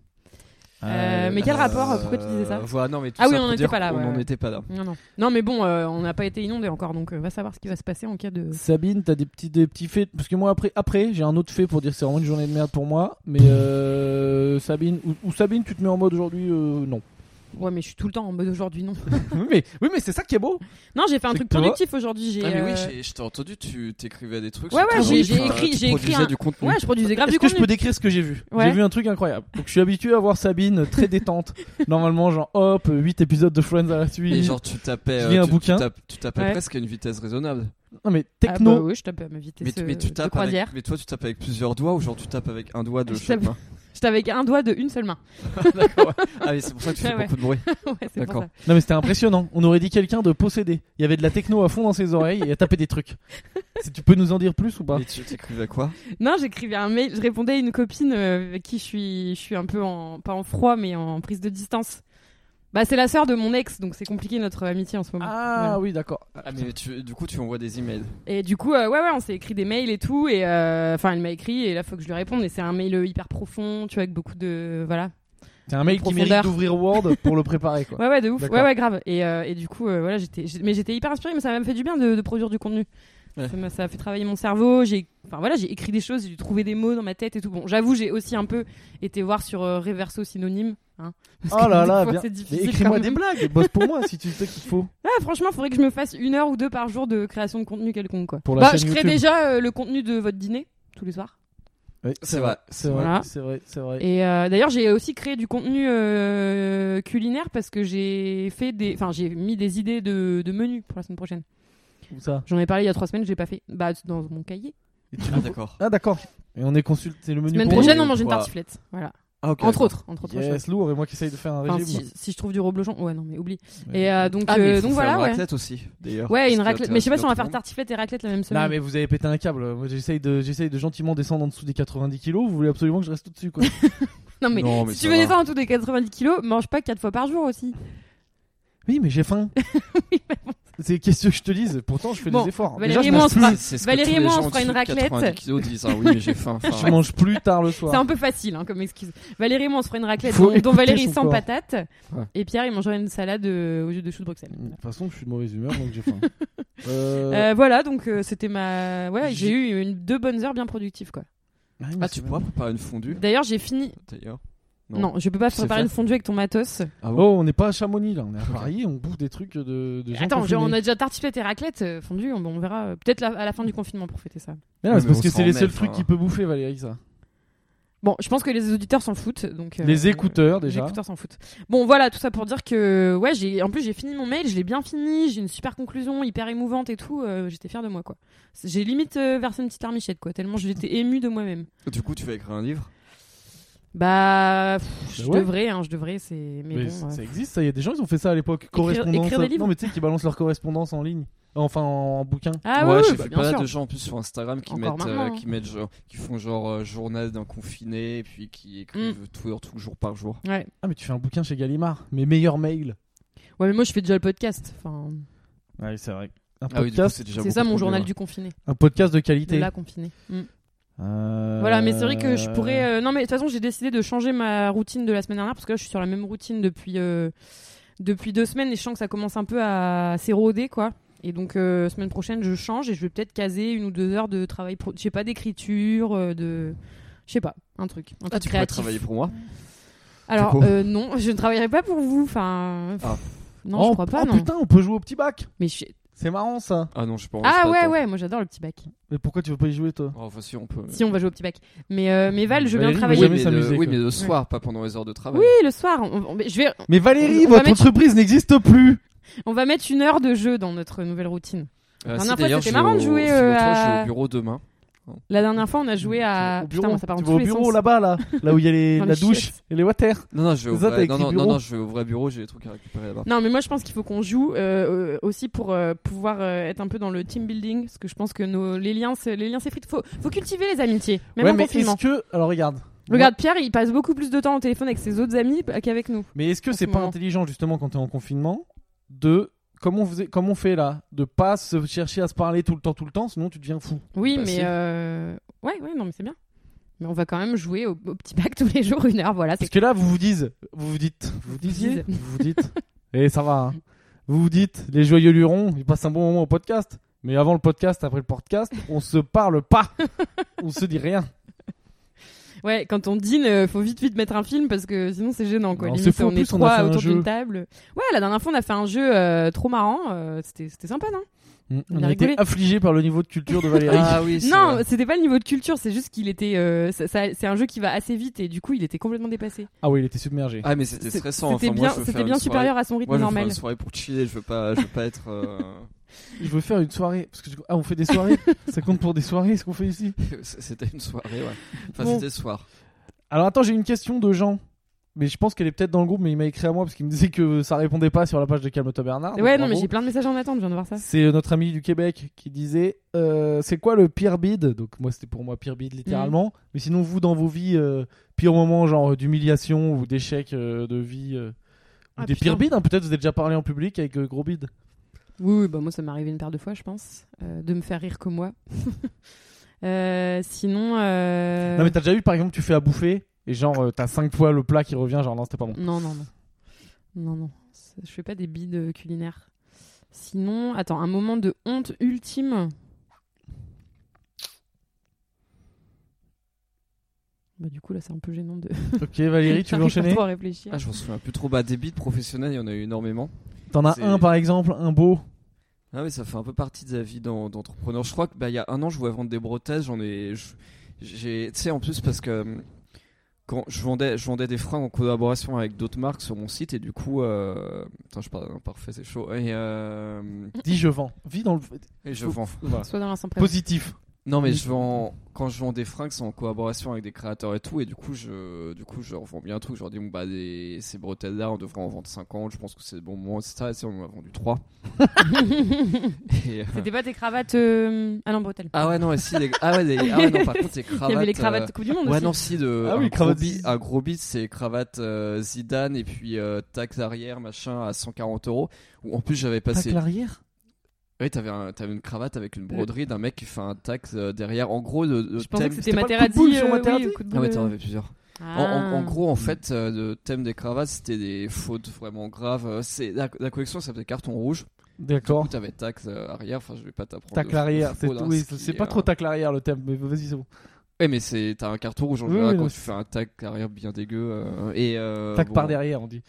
[SPEAKER 1] Euh,
[SPEAKER 2] Euh, mais quel rapport Pourquoi tu disais ça
[SPEAKER 3] euh, voilà, non, mais tout
[SPEAKER 2] Ah oui,
[SPEAKER 3] ça
[SPEAKER 2] on
[SPEAKER 3] pour
[SPEAKER 2] en était
[SPEAKER 3] dire
[SPEAKER 2] pas là,
[SPEAKER 3] qu'on
[SPEAKER 2] ouais,
[SPEAKER 3] en
[SPEAKER 2] ouais.
[SPEAKER 3] était pas là.
[SPEAKER 2] Non, non. Non, mais bon, euh, on n'a pas été inondé encore, donc euh, va savoir ce qui va se passer en cas de.
[SPEAKER 1] Sabine, t'as des petits, des petits faits Parce que moi, après, après j'ai un autre fait pour dire que c'est vraiment une journée de merde pour moi. Mais euh, Sabine, ou, ou Sabine, tu te mets en mode aujourd'hui euh, Non.
[SPEAKER 2] Ouais, mais je suis tout le temps en mode aujourd'hui non.
[SPEAKER 1] oui, mais, oui, mais c'est ça qui est beau.
[SPEAKER 2] non, j'ai fait un
[SPEAKER 1] C'est
[SPEAKER 2] truc
[SPEAKER 1] que toi-
[SPEAKER 2] productif aujourd'hui. J'ai.
[SPEAKER 3] Ah mais oui,
[SPEAKER 2] euh,
[SPEAKER 3] j'ai- je t'ai entendu, tu t'écrivais des trucs.
[SPEAKER 2] Ouais,
[SPEAKER 3] sur
[SPEAKER 2] ouais,
[SPEAKER 3] ton
[SPEAKER 1] j'ai-
[SPEAKER 3] ordi,
[SPEAKER 1] j'ai
[SPEAKER 3] enfin,
[SPEAKER 2] écrit-
[SPEAKER 3] tu
[SPEAKER 2] j'ai écrit
[SPEAKER 3] produisais
[SPEAKER 2] un-
[SPEAKER 3] du contenu.
[SPEAKER 2] Ouais, je produisais grave
[SPEAKER 1] Est-ce
[SPEAKER 2] du
[SPEAKER 1] que
[SPEAKER 2] contenu.
[SPEAKER 1] je peux décrire ce que j'ai vu
[SPEAKER 2] Ouais.
[SPEAKER 1] J'ai vu un truc incroyable. Donc, je suis habitué à voir Sabine très détente. Normalement, genre hop, 8 épisodes de Friends à la suite.
[SPEAKER 3] Et genre tu tapais,
[SPEAKER 1] Je
[SPEAKER 3] euh,
[SPEAKER 1] lis un
[SPEAKER 3] tu, tu
[SPEAKER 1] bouquin.
[SPEAKER 3] tapes- tu tapais
[SPEAKER 2] Ouais.
[SPEAKER 3] presque à une vitesse raisonnable.
[SPEAKER 1] Non, mais
[SPEAKER 2] Ah bah
[SPEAKER 1] techno.
[SPEAKER 2] oui, je tape à ma vitesse
[SPEAKER 3] Mais, tu- mais tu
[SPEAKER 2] euh, de
[SPEAKER 3] tapes
[SPEAKER 2] croisière.
[SPEAKER 3] avec, mais toi tu tapes avec plusieurs doigts ou genre tu tapes avec un doigt de
[SPEAKER 2] Je
[SPEAKER 3] chaque
[SPEAKER 2] tape-
[SPEAKER 3] main
[SPEAKER 2] J'étais avec un doigt de une seule main.
[SPEAKER 3] D'accord. ouais. Ah mais c'est pour ça que tu fais
[SPEAKER 2] Ah ouais.
[SPEAKER 3] beaucoup de bruit.
[SPEAKER 2] ouais, c'est pour
[SPEAKER 3] D'accord.
[SPEAKER 2] ça.
[SPEAKER 1] Non, mais c'était impressionnant. On aurait dit quelqu'un de possédé. Il y avait de la techno à fond dans ses oreilles et à taper des trucs. Si tu peux nous en dire plus ou pas
[SPEAKER 3] Et tu t'écrivais quoi
[SPEAKER 2] Non, j'écrivais un mail, je répondais à une copine euh, avec qui je suis, je suis un peu en, pas en froid, mais en prise de distance. Bah, c'est la sœur de mon ex, donc c'est compliqué notre euh, amitié en ce moment.
[SPEAKER 1] Ah oui, d'accord.
[SPEAKER 3] Ah mais tu- du coup tu envoies des emails.
[SPEAKER 2] Et du coup, euh, ouais, ouais, on s'est écrit des mails et tout, et euh, enfin, elle m'a écrit, et là, faut que je lui réponde, et c'est un mail euh, hyper profond, tu vois, avec beaucoup de. Voilà.
[SPEAKER 1] C'est un mail qui mérite
[SPEAKER 2] Profondeur.
[SPEAKER 1] d'ouvrir Word pour le préparer, quoi.
[SPEAKER 2] Ouais, ouais, de ouf.
[SPEAKER 1] D'accord.
[SPEAKER 2] Ouais, ouais, grave. Et, euh, et du coup, euh, voilà, j'étais, j'ai- mais j'étais hyper inspirée, mais ça m'a fait du bien de, de produire du contenu.
[SPEAKER 3] Ouais.
[SPEAKER 2] Ça, m'a, ça a fait travailler mon cerveau. J'ai, enfin voilà, j'ai écrit des choses, j'ai dû trouver des mots dans ma tête et tout. Bon, j'avoue, j'ai aussi un peu été voir sur euh, Reverso Synonyme, hein, parce
[SPEAKER 1] Oh
[SPEAKER 2] que
[SPEAKER 1] là
[SPEAKER 2] des
[SPEAKER 1] là,
[SPEAKER 2] fois,
[SPEAKER 1] bien.
[SPEAKER 2] c'est
[SPEAKER 1] Mais
[SPEAKER 2] difficile
[SPEAKER 1] écris-moi
[SPEAKER 2] quand
[SPEAKER 1] des
[SPEAKER 2] même.
[SPEAKER 1] blagues, bosse pour moi si tu sais qu'il faut.
[SPEAKER 2] Ah, franchement, faudrait que je me fasse une heure ou deux par jour de création de contenu quelconque. Quoi.
[SPEAKER 1] Pour la
[SPEAKER 2] bah,
[SPEAKER 1] chaîne
[SPEAKER 2] je crée
[SPEAKER 1] YouTube.
[SPEAKER 2] déjà euh, le contenu de votre dîner tous les soirs.
[SPEAKER 1] Oui,
[SPEAKER 3] C'est vrai.
[SPEAKER 1] c'est vrai,
[SPEAKER 2] Voilà.
[SPEAKER 1] c'est vrai, c'est vrai.
[SPEAKER 2] Et euh, d'ailleurs, j'ai aussi créé du contenu euh, culinaire parce que j'ai fait des, enfin, j'ai mis des idées de, de menus pour la semaine prochaine.
[SPEAKER 1] Où ça
[SPEAKER 2] J'en ai parlé il y a trois semaines, j'ai pas fait. Bah, dans mon cahier.
[SPEAKER 3] Ah, d'accord.
[SPEAKER 1] Ah d'accord. Et on est consulté, c'est le menu
[SPEAKER 2] Semaine
[SPEAKER 1] pour
[SPEAKER 2] prochaine,
[SPEAKER 1] nous.
[SPEAKER 2] on mange une
[SPEAKER 3] Quoi
[SPEAKER 2] tartiflette. Voilà.
[SPEAKER 3] Ah, ok.
[SPEAKER 2] Entre autres, entre autres. choses.
[SPEAKER 1] Yes, lourd, et moi qui essaye de faire un
[SPEAKER 2] Enfin,
[SPEAKER 1] régime.
[SPEAKER 2] si, si je trouve du reblochon, ouais, non, mais oublie.
[SPEAKER 1] Ouais.
[SPEAKER 2] Et euh, donc,
[SPEAKER 3] Ah, mais il
[SPEAKER 2] euh,
[SPEAKER 3] faut
[SPEAKER 2] donc
[SPEAKER 3] faire
[SPEAKER 2] voilà,
[SPEAKER 3] une
[SPEAKER 2] ouais.
[SPEAKER 3] raclette aussi, d'ailleurs.
[SPEAKER 2] Ouais, une
[SPEAKER 3] Parce que
[SPEAKER 2] raclette.
[SPEAKER 3] t'as-
[SPEAKER 2] Mais je sais pas si on va
[SPEAKER 3] t'as
[SPEAKER 2] faire
[SPEAKER 3] tout
[SPEAKER 2] tartiflette et raclette la même semaine.
[SPEAKER 1] Non mais vous avez pété un câble. Moi j'essaye de, j'essaye de gentiment descendre en dessous des 90 kilos. Vous voulez absolument que je reste au-dessus quoi.
[SPEAKER 2] Non,
[SPEAKER 3] le
[SPEAKER 2] mais,
[SPEAKER 3] monde. Non, mais
[SPEAKER 2] si
[SPEAKER 3] ça
[SPEAKER 2] tu veux
[SPEAKER 3] va.
[SPEAKER 2] descendre en dessous des 90 kilos, mange pas 4 fois par jour aussi.
[SPEAKER 1] oui mais j'ai faim. c'est qu'est-ce que je te dise Pourtant je fais
[SPEAKER 2] Bon,
[SPEAKER 1] des efforts.
[SPEAKER 2] Valérie
[SPEAKER 1] Déjà,
[SPEAKER 2] et
[SPEAKER 1] je,
[SPEAKER 2] moi, on
[SPEAKER 1] mange
[SPEAKER 2] se
[SPEAKER 1] plus,
[SPEAKER 2] fera-
[SPEAKER 3] C'est ce que
[SPEAKER 2] Valérie
[SPEAKER 3] tous
[SPEAKER 2] et
[SPEAKER 3] les
[SPEAKER 2] moi, on se
[SPEAKER 3] gens
[SPEAKER 2] fera
[SPEAKER 3] au-dessus
[SPEAKER 2] une
[SPEAKER 3] de 90
[SPEAKER 2] raclette.
[SPEAKER 3] kilos disent, ah oui, mais j'ai faim. Enfin,
[SPEAKER 1] je mange plus tard le
[SPEAKER 2] C'est
[SPEAKER 1] soir.
[SPEAKER 2] un peu facile hein, comme excuse. Valérie et moi, on se fera une raclette
[SPEAKER 1] Faut
[SPEAKER 2] dont, dont
[SPEAKER 1] écouter
[SPEAKER 2] Valérie
[SPEAKER 1] son
[SPEAKER 2] sans
[SPEAKER 1] corps.
[SPEAKER 2] patates.
[SPEAKER 3] Ouais. Mm.
[SPEAKER 2] Et Pierre, il mangera une salade euh, au jus de choux de Bruxelles.
[SPEAKER 1] De toute façon je suis de mauvaise humeur donc j'ai faim. Euh,
[SPEAKER 2] Euh, voilà, donc euh, c'était ma. Ouais, j'ai
[SPEAKER 1] J'ai-
[SPEAKER 2] eu une, deux bonnes heures bien productives quoi.
[SPEAKER 1] ouais, mais
[SPEAKER 3] Ah,
[SPEAKER 1] c'est
[SPEAKER 3] tu
[SPEAKER 1] vrai.
[SPEAKER 3] pourras préparer une fondue,
[SPEAKER 2] D'ailleurs, j'ai fini.
[SPEAKER 3] d'ailleurs. Non.
[SPEAKER 2] Non. je peux pas
[SPEAKER 3] Tu sais
[SPEAKER 2] préparer
[SPEAKER 3] faire
[SPEAKER 2] une fondue avec ton matos.
[SPEAKER 3] Ah bon
[SPEAKER 1] Oh on n'est pas à Chamonix là, on est à Paris, on bouffe des trucs de. de gens
[SPEAKER 2] Attends, genre,
[SPEAKER 1] confinés.
[SPEAKER 2] on a déjà tartiflette et raclette euh, fondue. On, on verra euh, peut-être la- à la fin du confinement pour fêter ça.
[SPEAKER 1] Mais non,
[SPEAKER 3] Ouais,
[SPEAKER 1] c'est
[SPEAKER 3] mais
[SPEAKER 1] parce
[SPEAKER 3] on
[SPEAKER 1] que
[SPEAKER 3] s'en
[SPEAKER 1] c'est les
[SPEAKER 3] met,
[SPEAKER 1] seuls
[SPEAKER 3] enfin.
[SPEAKER 1] trucs qui peut bouffer Valérie ça.
[SPEAKER 2] Bon, je pense que les auditeurs s'en foutent. Donc, euh,
[SPEAKER 1] Les écouteurs,
[SPEAKER 2] Les
[SPEAKER 1] déjà.
[SPEAKER 2] écouteurs s'en foutent. Bon, voilà, tout ça pour dire que, ouais, j'ai, en plus, j'ai fini mon mail, je l'ai bien fini, j'ai une super conclusion, hyper émouvante et tout. euh, j'étais fière de moi, quoi. C'est- J'ai limite euh, versé une petite larmichette, quoi, tellement j'étais émue de moi-même.
[SPEAKER 3] Du coup, tu vas écrire un livre
[SPEAKER 2] Bah, pff, je
[SPEAKER 1] Bah ouais.
[SPEAKER 2] devrais, hein, je devrais, c'est. Mais,
[SPEAKER 1] Mais
[SPEAKER 2] bon.
[SPEAKER 1] ça
[SPEAKER 2] euh,
[SPEAKER 1] existe, ça. Il y a des gens, ils ont fait ça à l'époque. Correspondance.
[SPEAKER 2] écrire des livres.
[SPEAKER 1] non, mais tu sais, qui balancent leur correspondance en ligne. Enfin, en, en bouquin.
[SPEAKER 2] Ah
[SPEAKER 3] ouais,
[SPEAKER 2] ouais,
[SPEAKER 3] j'ai
[SPEAKER 2] ouais, bah,
[SPEAKER 3] vu
[SPEAKER 2] bien
[SPEAKER 3] pas mal
[SPEAKER 2] sûr.
[SPEAKER 3] de gens en plus sur Instagram qui
[SPEAKER 2] Encore
[SPEAKER 3] mettent, euh,
[SPEAKER 2] maintenant, hein.
[SPEAKER 3] qui mettent genre- qui font genre euh, journal d'un confiné, et puis qui écrivent
[SPEAKER 2] Mm.
[SPEAKER 3] tout leur truc jour par jour.
[SPEAKER 2] Ouais.
[SPEAKER 1] Ah, mais tu fais un bouquin chez Gallimard. Mes meilleurs mails.
[SPEAKER 2] ouais, mais moi, je fais déjà le podcast. Enfin,
[SPEAKER 1] Ouais, c'est vrai. Un
[SPEAKER 3] Ah oui, du coup,
[SPEAKER 1] podcast,
[SPEAKER 3] c'est déjà
[SPEAKER 2] c'est ça
[SPEAKER 3] beaucoup
[SPEAKER 2] mon
[SPEAKER 3] trop
[SPEAKER 2] journal
[SPEAKER 3] bien.
[SPEAKER 2] du confiné,
[SPEAKER 1] un podcast de
[SPEAKER 2] de
[SPEAKER 1] qualité.
[SPEAKER 2] la confinée. Mm.
[SPEAKER 1] Euh,
[SPEAKER 2] Voilà, mais c'est vrai que je pourrais. euh, Non, mais de toute façon, j'ai décidé de changer ma routine de la semaine dernière parce que là, je suis sur la même routine depuis, euh, depuis deux semaines et je sens que ça commence un peu à s'éroder, quoi. Et donc, euh, semaine prochaine, je change et je vais peut-être caser une ou deux heures de travail, pro... je sais pas, d'écriture, euh, de. Je sais pas, un truc. Un
[SPEAKER 3] Ah,
[SPEAKER 2] truc
[SPEAKER 3] tu pourrais
[SPEAKER 2] créatif.
[SPEAKER 3] travailler pour moi
[SPEAKER 2] Alors,
[SPEAKER 3] Du coup.
[SPEAKER 2] euh, non, je ne travaillerai pas pour vous. Enfin.
[SPEAKER 3] Ah.
[SPEAKER 2] Non,
[SPEAKER 1] oh,
[SPEAKER 2] je crois pas,
[SPEAKER 1] oh,
[SPEAKER 2] non.
[SPEAKER 1] putain, on peut jouer au petit bac.
[SPEAKER 2] Mais je-
[SPEAKER 1] C'est marrant ça.
[SPEAKER 3] Ah non, je pense
[SPEAKER 2] Ah ouais, ouais, moi j'adore le petit bac.
[SPEAKER 1] Mais pourquoi tu veux pas y jouer, toi
[SPEAKER 3] Oh, enfin, si, on peut.
[SPEAKER 2] Si on va jouer au petit bac. Mais, euh, mais Val, je viens
[SPEAKER 1] Valérie,
[SPEAKER 2] travailler.
[SPEAKER 1] vous jamais
[SPEAKER 3] oui, mais,
[SPEAKER 1] s'amuser,
[SPEAKER 3] le, oui,
[SPEAKER 1] quoi.
[SPEAKER 3] mais le soir, pas pendant les heures de travail.
[SPEAKER 2] Oui, le soir. on- on- mais Je vais,
[SPEAKER 1] Mais Valérie,
[SPEAKER 2] On- on va
[SPEAKER 1] votre
[SPEAKER 2] mettre-
[SPEAKER 1] entreprise n'existe plus.
[SPEAKER 2] On va mettre une heure de jeu dans notre nouvelle routine.
[SPEAKER 3] Euh,
[SPEAKER 2] La
[SPEAKER 3] si,
[SPEAKER 2] dernière fois,
[SPEAKER 3] d'ailleurs,
[SPEAKER 2] c'était
[SPEAKER 3] je vais
[SPEAKER 2] marrant de
[SPEAKER 3] au-
[SPEAKER 2] jouer,
[SPEAKER 3] si,
[SPEAKER 2] euh,
[SPEAKER 3] l'autre fois, je vais
[SPEAKER 2] à-
[SPEAKER 3] au bureau demain.
[SPEAKER 2] La dernière fois, on a joué à.
[SPEAKER 1] Au
[SPEAKER 2] Ah, Putain,
[SPEAKER 1] bureau.
[SPEAKER 2] moi, ça part
[SPEAKER 1] tu
[SPEAKER 2] dans
[SPEAKER 1] vas au
[SPEAKER 2] tous les
[SPEAKER 1] bureau
[SPEAKER 2] sens.
[SPEAKER 1] là-bas, là, là où il y a les-
[SPEAKER 2] Dans
[SPEAKER 1] la
[SPEAKER 2] les
[SPEAKER 1] douche
[SPEAKER 2] chiottes.
[SPEAKER 1] et les water.
[SPEAKER 3] Non, non, je vais au
[SPEAKER 1] Ça, t'as
[SPEAKER 3] vrai, non,
[SPEAKER 1] écrit
[SPEAKER 3] non,
[SPEAKER 1] bureau.
[SPEAKER 3] non, non, je vais au vrai bureau, j'ai des trucs à récupérer là-bas.
[SPEAKER 2] Non, mais moi, je pense qu'il faut qu'on joue euh, euh, aussi pour euh, pouvoir euh, être un peu dans le team building. Parce que je pense que nos, les liens se- les liens s'effritent. Faut, faut cultiver les amitiés, même
[SPEAKER 1] ouais,
[SPEAKER 2] en
[SPEAKER 1] mais
[SPEAKER 2] confinement.
[SPEAKER 1] est-ce que. Alors regarde.
[SPEAKER 2] Regarde, Pierre, il passe beaucoup plus de temps au téléphone avec ses autres amis qu'avec nous.
[SPEAKER 1] Mais est-ce que
[SPEAKER 2] en
[SPEAKER 1] c'est
[SPEAKER 2] ce
[SPEAKER 1] pas
[SPEAKER 2] moment.
[SPEAKER 1] intelligent justement quand t'es en confinement de comme on faisait, comme on fait là, de pas se chercher à se parler tout le temps, tout le temps, sinon tu deviens fou.
[SPEAKER 2] Oui,
[SPEAKER 3] Bah,
[SPEAKER 2] mais.
[SPEAKER 3] si.
[SPEAKER 2] euh, Ouais, ouais, non, mais c'est bien. Mais on va quand même jouer au, au petit bac tous les jours, une heure, voilà.
[SPEAKER 1] Parce
[SPEAKER 2] c'est-
[SPEAKER 1] que là, vous vous dites, vous vous dites, vous vous disiez,
[SPEAKER 2] dites.
[SPEAKER 1] vous vous dites, et ça va. hein. Vous vous dites, les joyeux lurons, ils passent un bon moment au podcast. Mais avant le podcast, après le podcast, on se parle pas, on se dit rien.
[SPEAKER 2] Ouais, quand on dîne, euh, faut vite vite mettre un film parce que sinon c'est gênant quoi.
[SPEAKER 1] Non,
[SPEAKER 2] Limite,
[SPEAKER 1] c'est fou, en
[SPEAKER 2] on est
[SPEAKER 1] plus, on a
[SPEAKER 2] trois
[SPEAKER 1] fait un
[SPEAKER 2] autour
[SPEAKER 1] jeu.
[SPEAKER 2] d'une table. Ouais, la dernière fois on a fait un jeu euh, trop marrant, euh, c'était c'était sympa non
[SPEAKER 1] Mm.
[SPEAKER 2] On
[SPEAKER 1] On
[SPEAKER 2] a
[SPEAKER 1] a été
[SPEAKER 2] rigolé. Ah
[SPEAKER 1] affligés par le niveau de culture de Valérie.
[SPEAKER 3] Ah oui, c'est
[SPEAKER 2] Non,
[SPEAKER 3] vrai.
[SPEAKER 2] c'était pas le niveau de culture, c'est juste qu'il était euh, ça- ça- c'est un jeu qui va assez vite et du coup, il était complètement dépassé.
[SPEAKER 1] Ah oui, il était submergé.
[SPEAKER 3] Ah, mais c'était
[SPEAKER 2] C'est-
[SPEAKER 3] stressant.
[SPEAKER 2] C'était
[SPEAKER 3] enfin, moi,
[SPEAKER 2] bien
[SPEAKER 3] je veux
[SPEAKER 2] c'était
[SPEAKER 3] faire
[SPEAKER 2] bien
[SPEAKER 3] une soirée-
[SPEAKER 2] supérieur à son rythme
[SPEAKER 3] Moi, je veux faire
[SPEAKER 2] normal.
[SPEAKER 3] une soirée pour chiller, je veux pas, je veux pas être. euh,
[SPEAKER 1] Je veux faire une soirée. Parce que je- ah, on fait des soirées. ça compte pour des soirées, ce qu'on fait ici.
[SPEAKER 3] c'était une soirée, ouais. Enfin,
[SPEAKER 2] Bon.
[SPEAKER 3] c'était le soir.
[SPEAKER 1] Alors attends, j'ai une question de Jean. Mais je pense qu'elle est peut-être dans le groupe, mais il m'a écrit à moi parce qu'il me disait que ça répondait pas sur la page de Calme-toi Bernard. donc
[SPEAKER 2] Ouais, non mais
[SPEAKER 1] bravo.
[SPEAKER 2] j'ai plein de messages en attente, je viens de voir ça.
[SPEAKER 1] C'est euh, notre ami du Québec qui disait euh, C'est quoi le pire bide Donc, moi, c'était pour moi pire bide littéralement.
[SPEAKER 2] Mm.
[SPEAKER 1] Mais sinon, vous, dans vos vies, euh, pire moment, genre euh, d'humiliation ou d'échec euh, de vie, euh, ou
[SPEAKER 2] Ah,
[SPEAKER 1] des
[SPEAKER 2] putain.
[SPEAKER 1] pires bides, hein, peut-être vous avez déjà parlé en public avec euh, gros bide.
[SPEAKER 2] Oui, oui, bah moi ça m'est arrivé une paire de fois, je pense, euh, de me faire rire que moi. Euh, sinon euh,
[SPEAKER 1] Non, mais t'as déjà eu par exemple, tu fais à bouffer et genre, euh, t'as 5 fois le plat qui revient, genre non, c'était pas bon.
[SPEAKER 2] Non, non, non. Non, non. C'est- Je fais pas des bides euh, culinaires. Sinon, attends, un moment de honte ultime. Bah, du coup, là, c'est un peu gênant de.
[SPEAKER 1] Ok, Valérie, tu veux
[SPEAKER 2] J'arrive pas
[SPEAKER 1] enchaîner
[SPEAKER 2] trop à réfléchir.
[SPEAKER 3] Ah, je m'en souviens plus trop. Bah, des beats professionnels, il y en a eu énormément.
[SPEAKER 1] T'en as
[SPEAKER 3] c'est-
[SPEAKER 1] un par exemple, un beau.
[SPEAKER 3] Ah mais ça fait un peu partie de la vie d'en- d'entrepreneur. Je crois que bah, il y a un an, je voulais vendre des prothèses. J'en ai, je- j'ai, tu sais, en plus parce que euh, quand je vendais, je vendais des fringues en collaboration avec d'autres marques sur mon site et du coup, euh, putain, je parle parfait, c'est chaud. Et, euh,
[SPEAKER 1] Dis je vends. Vis dans le
[SPEAKER 3] et je vends.
[SPEAKER 1] Voilà.
[SPEAKER 2] Soit dans l'instant présent.
[SPEAKER 1] positif.
[SPEAKER 3] Non mais je vends quand je vends des fringues c'est en collaboration avec des créateurs et tout et du coup je du coup je leur vends bien un truc je leur dis bon bah des- ces bretelles là on devrait en vendre 50 je pense que c'est le bon moment etc et si on en a vendu 3 et, euh,
[SPEAKER 2] C'était pas tes cravates euh, à l'embretelle.
[SPEAKER 3] ah ouais non et si les- ah ouais, les- ah ouais, non par contre les cravates
[SPEAKER 2] Il y avait les
[SPEAKER 3] euh,
[SPEAKER 2] cravates de Coupe du Monde
[SPEAKER 3] ouais
[SPEAKER 2] aussi.
[SPEAKER 3] non si de
[SPEAKER 1] Ah oui,
[SPEAKER 3] un, gros
[SPEAKER 1] cravates
[SPEAKER 3] bi-
[SPEAKER 1] Zidane.
[SPEAKER 3] un gros bit c'est cravate euh, Zidane et puis euh, taxe arrière machin à 140 euros où en plus j'avais passé
[SPEAKER 1] l'arrière
[SPEAKER 3] oui t'avais un- t'avais une cravate avec une broderie d'un mec qui fait un taxe euh, derrière en gros le, le
[SPEAKER 2] Euh. Je pensais
[SPEAKER 3] thème
[SPEAKER 2] que c'était
[SPEAKER 1] c'était pas le coup de boule
[SPEAKER 2] Materazzi.
[SPEAKER 1] sur
[SPEAKER 2] euh, oui,
[SPEAKER 1] Materazzi
[SPEAKER 2] le coup de
[SPEAKER 3] ah ouais
[SPEAKER 2] boule,
[SPEAKER 3] t'en
[SPEAKER 2] euh.
[SPEAKER 3] avais plusieurs En,
[SPEAKER 2] Ah.
[SPEAKER 3] en- en gros, en fait, euh, le thème des cravates, c'était des fautes vraiment graves. Euh, C'est la, la collection s'appelait Carton Rouge.
[SPEAKER 1] D'accord.
[SPEAKER 3] Tu T'avais taxe euh, arrière. Enfin, je vais pas t'apprendre.
[SPEAKER 1] Tacle
[SPEAKER 3] de-
[SPEAKER 1] arrière.
[SPEAKER 3] de
[SPEAKER 1] C'est
[SPEAKER 3] fraude, hein,
[SPEAKER 1] oui,
[SPEAKER 3] ce qui
[SPEAKER 1] c'est
[SPEAKER 3] est,
[SPEAKER 1] pas trop
[SPEAKER 3] euh,
[SPEAKER 1] tacle arrière le thème, mais vas-y, c'est bon.
[SPEAKER 3] Ouais, mais c'est t'as un carton rouge en
[SPEAKER 1] Oui,
[SPEAKER 3] général
[SPEAKER 1] oui,
[SPEAKER 3] quand
[SPEAKER 1] non,
[SPEAKER 3] tu fais un tac arrière bien dégueu. euh, et euh,
[SPEAKER 1] Tac
[SPEAKER 3] bon,
[SPEAKER 1] par derrière, on dit.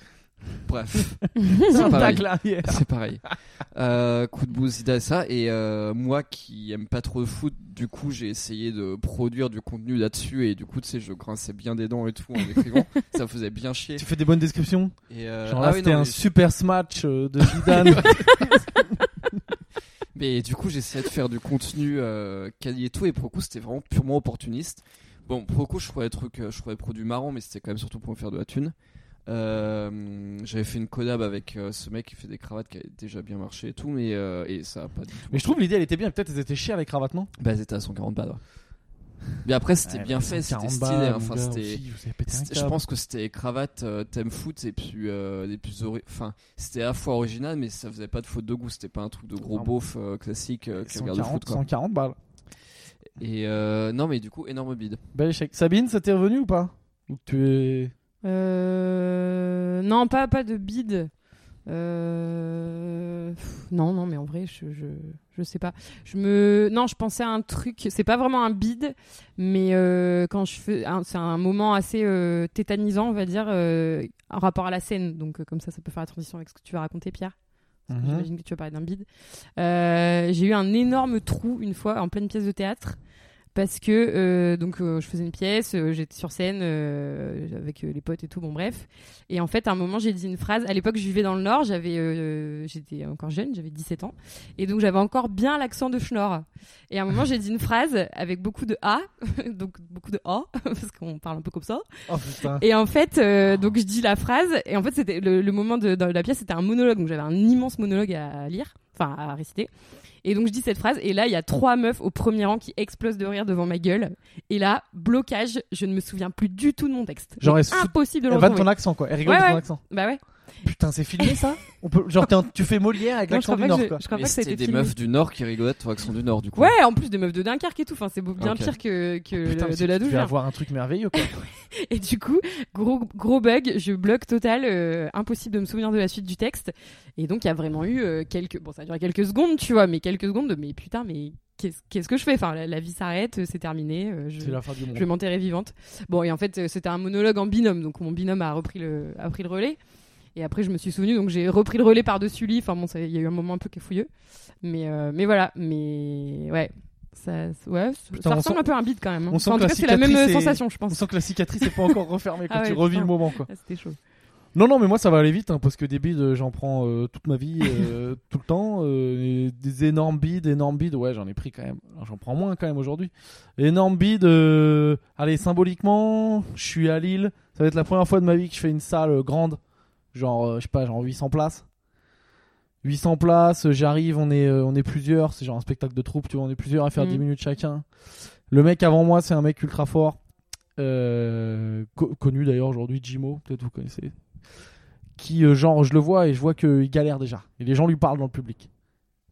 [SPEAKER 3] Bref,
[SPEAKER 1] Tacle
[SPEAKER 3] c'est pareil.
[SPEAKER 1] arrière.
[SPEAKER 3] C'est pareil. Euh, coup de boule Zidane, ça. Et euh, moi qui aime pas trop le foot, du coup, j'ai essayé de produire du contenu là-dessus. Et du coup, tu sais, je grinçais bien des dents et tout en écrivant. ça me faisait bien chier.
[SPEAKER 1] Tu fais des bonnes descriptions
[SPEAKER 3] Et, euh,
[SPEAKER 1] Genre
[SPEAKER 3] ah
[SPEAKER 1] là,
[SPEAKER 3] oui,
[SPEAKER 1] c'était
[SPEAKER 3] non,
[SPEAKER 1] un
[SPEAKER 3] mais-
[SPEAKER 1] super smash euh, de Zidane.
[SPEAKER 3] Mais du coup, j'essayais de faire du contenu euh, quali et tout, et pour le coup, c'était vraiment purement opportuniste. Bon, pour le coup, je trouvais le truc, euh, je trouvais le produit marrant, mais c'était quand même surtout pour me faire de la thune. Euh, j'avais fait une collab avec euh, ce mec qui fait des cravates qui a déjà bien marché et tout, mais euh, et ça a pas du tout.
[SPEAKER 1] mais je trouve l'idée, elle était bien. Peut-être elles étaient chères les cravates, non
[SPEAKER 3] Bah, elles étaient à 140 balles. ouais. Mais après, c'était bien fait, c'était stylé. Enfin, c'était. c'était- Je pense que c'était les cravates, euh, thème foot, et puis euh, les plus. ori- Enfin, c'était à la fois original, mais ça faisait pas de faute de goût. C'était pas un truc de gros
[SPEAKER 1] Non.
[SPEAKER 3] beauf euh, classique euh, qui regarde le foot.
[SPEAKER 1] 140,
[SPEAKER 3] quoi.
[SPEAKER 1] 140 balles.
[SPEAKER 3] Et euh, non, mais du coup, énorme bide.
[SPEAKER 1] Bel échec. Sabine, ça t'est revenu ou pas Ou tu es.
[SPEAKER 2] Euh, Non, pas, pas de bide. Euh, pff, Non, non, mais en vrai, je, je, je sais pas. Je me... Non, je pensais à un truc, c'est pas vraiment un bide, mais euh, quand je fais... un- C'est un moment assez euh, tétanisant, on va dire, euh, en rapport à la scène. Donc euh, comme ça, ça peut faire la transition avec ce que tu vas raconter, Pierre. Parce que
[SPEAKER 1] Mhm.
[SPEAKER 2] J'imagine que tu vas parler d'un bide. Euh, j'ai eu un énorme trou une fois en pleine pièce de théâtre parce que euh, donc euh, je faisais une pièce, euh, j'étais sur scène euh, avec euh, les potes et tout, bon bref. Et en fait, à un moment, j'ai dit une phrase. À l'époque, je vivais dans le Nord, j'avais, euh, j'étais encore jeune, j'avais 17 ans, et donc j'avais encore bien l'accent de Schnorr. Et à un moment, j'ai dit une phrase avec beaucoup de A, donc beaucoup de A, parce qu'on parle un peu comme ça.
[SPEAKER 1] Oh putain.
[SPEAKER 2] Et en fait, euh, donc je dis la phrase, et en fait, c'était le, le moment de, dans la pièce, c'était un monologue, donc j'avais un immense monologue à lire, enfin à réciter. Et donc je dis cette phrase, et là, il y a trois meufs au premier rang qui explosent de rire devant ma gueule. Et là, blocage, je ne me souviens plus du tout de mon texte.
[SPEAKER 1] Genre,
[SPEAKER 2] Donc,
[SPEAKER 1] elles se foutent-
[SPEAKER 2] impossible de le
[SPEAKER 1] Elle va de
[SPEAKER 2] retrouver.
[SPEAKER 1] ton accent, quoi. Elle rigole
[SPEAKER 2] Ouais,
[SPEAKER 1] de ton
[SPEAKER 2] ouais.
[SPEAKER 1] accent.
[SPEAKER 2] Bah ouais.
[SPEAKER 1] Putain, c'est filmé ça On peut... Genre, t'es en- tu fais Molière avec
[SPEAKER 2] Non, je
[SPEAKER 1] l'accent
[SPEAKER 2] crois
[SPEAKER 1] du
[SPEAKER 2] pas que
[SPEAKER 1] Nord,
[SPEAKER 2] je-
[SPEAKER 1] quoi.
[SPEAKER 2] je crois pas que ça a
[SPEAKER 3] c'était
[SPEAKER 2] été
[SPEAKER 3] des
[SPEAKER 2] filmé.
[SPEAKER 3] meufs du Nord qui rigolaient de ton accent du Nord, du coup.
[SPEAKER 2] Ouais, en plus des meufs de Dunkerque et tout, enfin c'est bien
[SPEAKER 3] Ok.
[SPEAKER 2] pire que, que
[SPEAKER 1] Putain,
[SPEAKER 2] le-
[SPEAKER 1] mais
[SPEAKER 2] de la
[SPEAKER 1] tu
[SPEAKER 2] douche.
[SPEAKER 1] vas
[SPEAKER 2] hein.
[SPEAKER 1] avoir un truc merveilleux, quoi.
[SPEAKER 2] Et du coup, gros, gros bug, je bloque total, euh, impossible de me souvenir de la suite du texte. Et donc, il y a vraiment eu euh, quelques. Bon, ça a duré quelques secondes, tu vois, mais quelques secondes de mais putain, mais qu'est-ce qu'est-ce que je fais Enfin, la, la vie s'arrête, euh, c'est terminé, euh, je,
[SPEAKER 1] C'est la fin du
[SPEAKER 2] je vais
[SPEAKER 1] monde.
[SPEAKER 2] m'enterrer vivante. Bon, et en fait, euh, c'était un monologue en binôme, donc mon binôme a repris le, a pris le relais. Et après, je me suis souvenu, donc j'ai repris le relais par-dessus lui. Enfin, bon, ça- il y a eu un moment un peu cafouilleux. Mais, euh, mais voilà, mais ouais. Ça, ouais,
[SPEAKER 1] Putain,
[SPEAKER 2] ça
[SPEAKER 1] on
[SPEAKER 2] ressemble
[SPEAKER 1] sent-
[SPEAKER 2] un peu à un beat quand même. hein.
[SPEAKER 1] on sent
[SPEAKER 2] en
[SPEAKER 1] que
[SPEAKER 2] tout
[SPEAKER 1] la
[SPEAKER 2] cas, c'est la même euh,
[SPEAKER 1] cicatrice est-
[SPEAKER 2] sensation, je
[SPEAKER 1] On
[SPEAKER 2] pense.
[SPEAKER 1] sent que la cicatrice n'est pas encore refermée quand
[SPEAKER 2] Ah
[SPEAKER 1] tu
[SPEAKER 2] ouais,
[SPEAKER 1] revis
[SPEAKER 2] putain.
[SPEAKER 1] le moment, quoi.
[SPEAKER 2] Ah, C'était chaud.
[SPEAKER 1] Non, non, mais moi ça va aller vite hein, parce que des bides, euh, j'en prends euh, toute ma vie, euh, tout le temps. euh, et des énormes bides, énormes bides, ouais, j'en ai pris quand même. Alors, J'en prends moins quand même aujourd'hui. Énormes bides, euh, allez, symboliquement, je suis à Lille. Ça va être la première fois de ma vie que je fais une salle euh, grande, genre, euh, je sais pas, genre 800 places. 800 places, euh, j'arrive, on est, euh, on est plusieurs, c'est genre un spectacle de troupe, tu vois, on est plusieurs à faire
[SPEAKER 2] Mhm.
[SPEAKER 1] 10 minutes chacun. Le mec avant moi, c'est un mec ultra fort, euh, co- connu d'ailleurs aujourd'hui, Jimo, peut-être vous connaissez, qui, euh, genre, je le vois et je vois qu'il galère déjà. Et les gens lui parlent dans le public.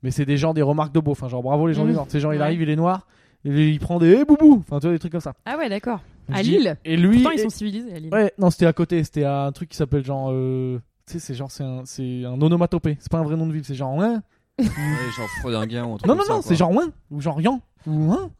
[SPEAKER 1] Mais c'est des gens, des remarques de beau, enfin, genre, bravo les gens
[SPEAKER 2] Mhm.
[SPEAKER 1] du Nord. C'est genre, il
[SPEAKER 2] Ouais.
[SPEAKER 1] arrive, il est noir, et il prend des hey, boubou, enfin, tu vois, des trucs comme ça.
[SPEAKER 2] Ah ouais, d'accord.
[SPEAKER 1] Donc,
[SPEAKER 2] À
[SPEAKER 1] je dis-
[SPEAKER 2] Lille
[SPEAKER 1] Et lui.
[SPEAKER 2] Pourtant, ils
[SPEAKER 1] et-
[SPEAKER 2] sont civilisés à Lille.
[SPEAKER 1] Ouais, non, c'était à côté, c'était à un truc qui s'appelle genre. euh, Tu sais, c'est genre, c'est un, c'est un onomatopée. C'est pas un vrai nom de ville, c'est genre. Ouin.
[SPEAKER 3] Ouais, genre Frodinguin ou un truc
[SPEAKER 1] Non, hein? non,
[SPEAKER 3] comme ça,
[SPEAKER 1] non,
[SPEAKER 3] quoi.
[SPEAKER 1] hein? c'est genre ouin, ou genre yan, ou ouin.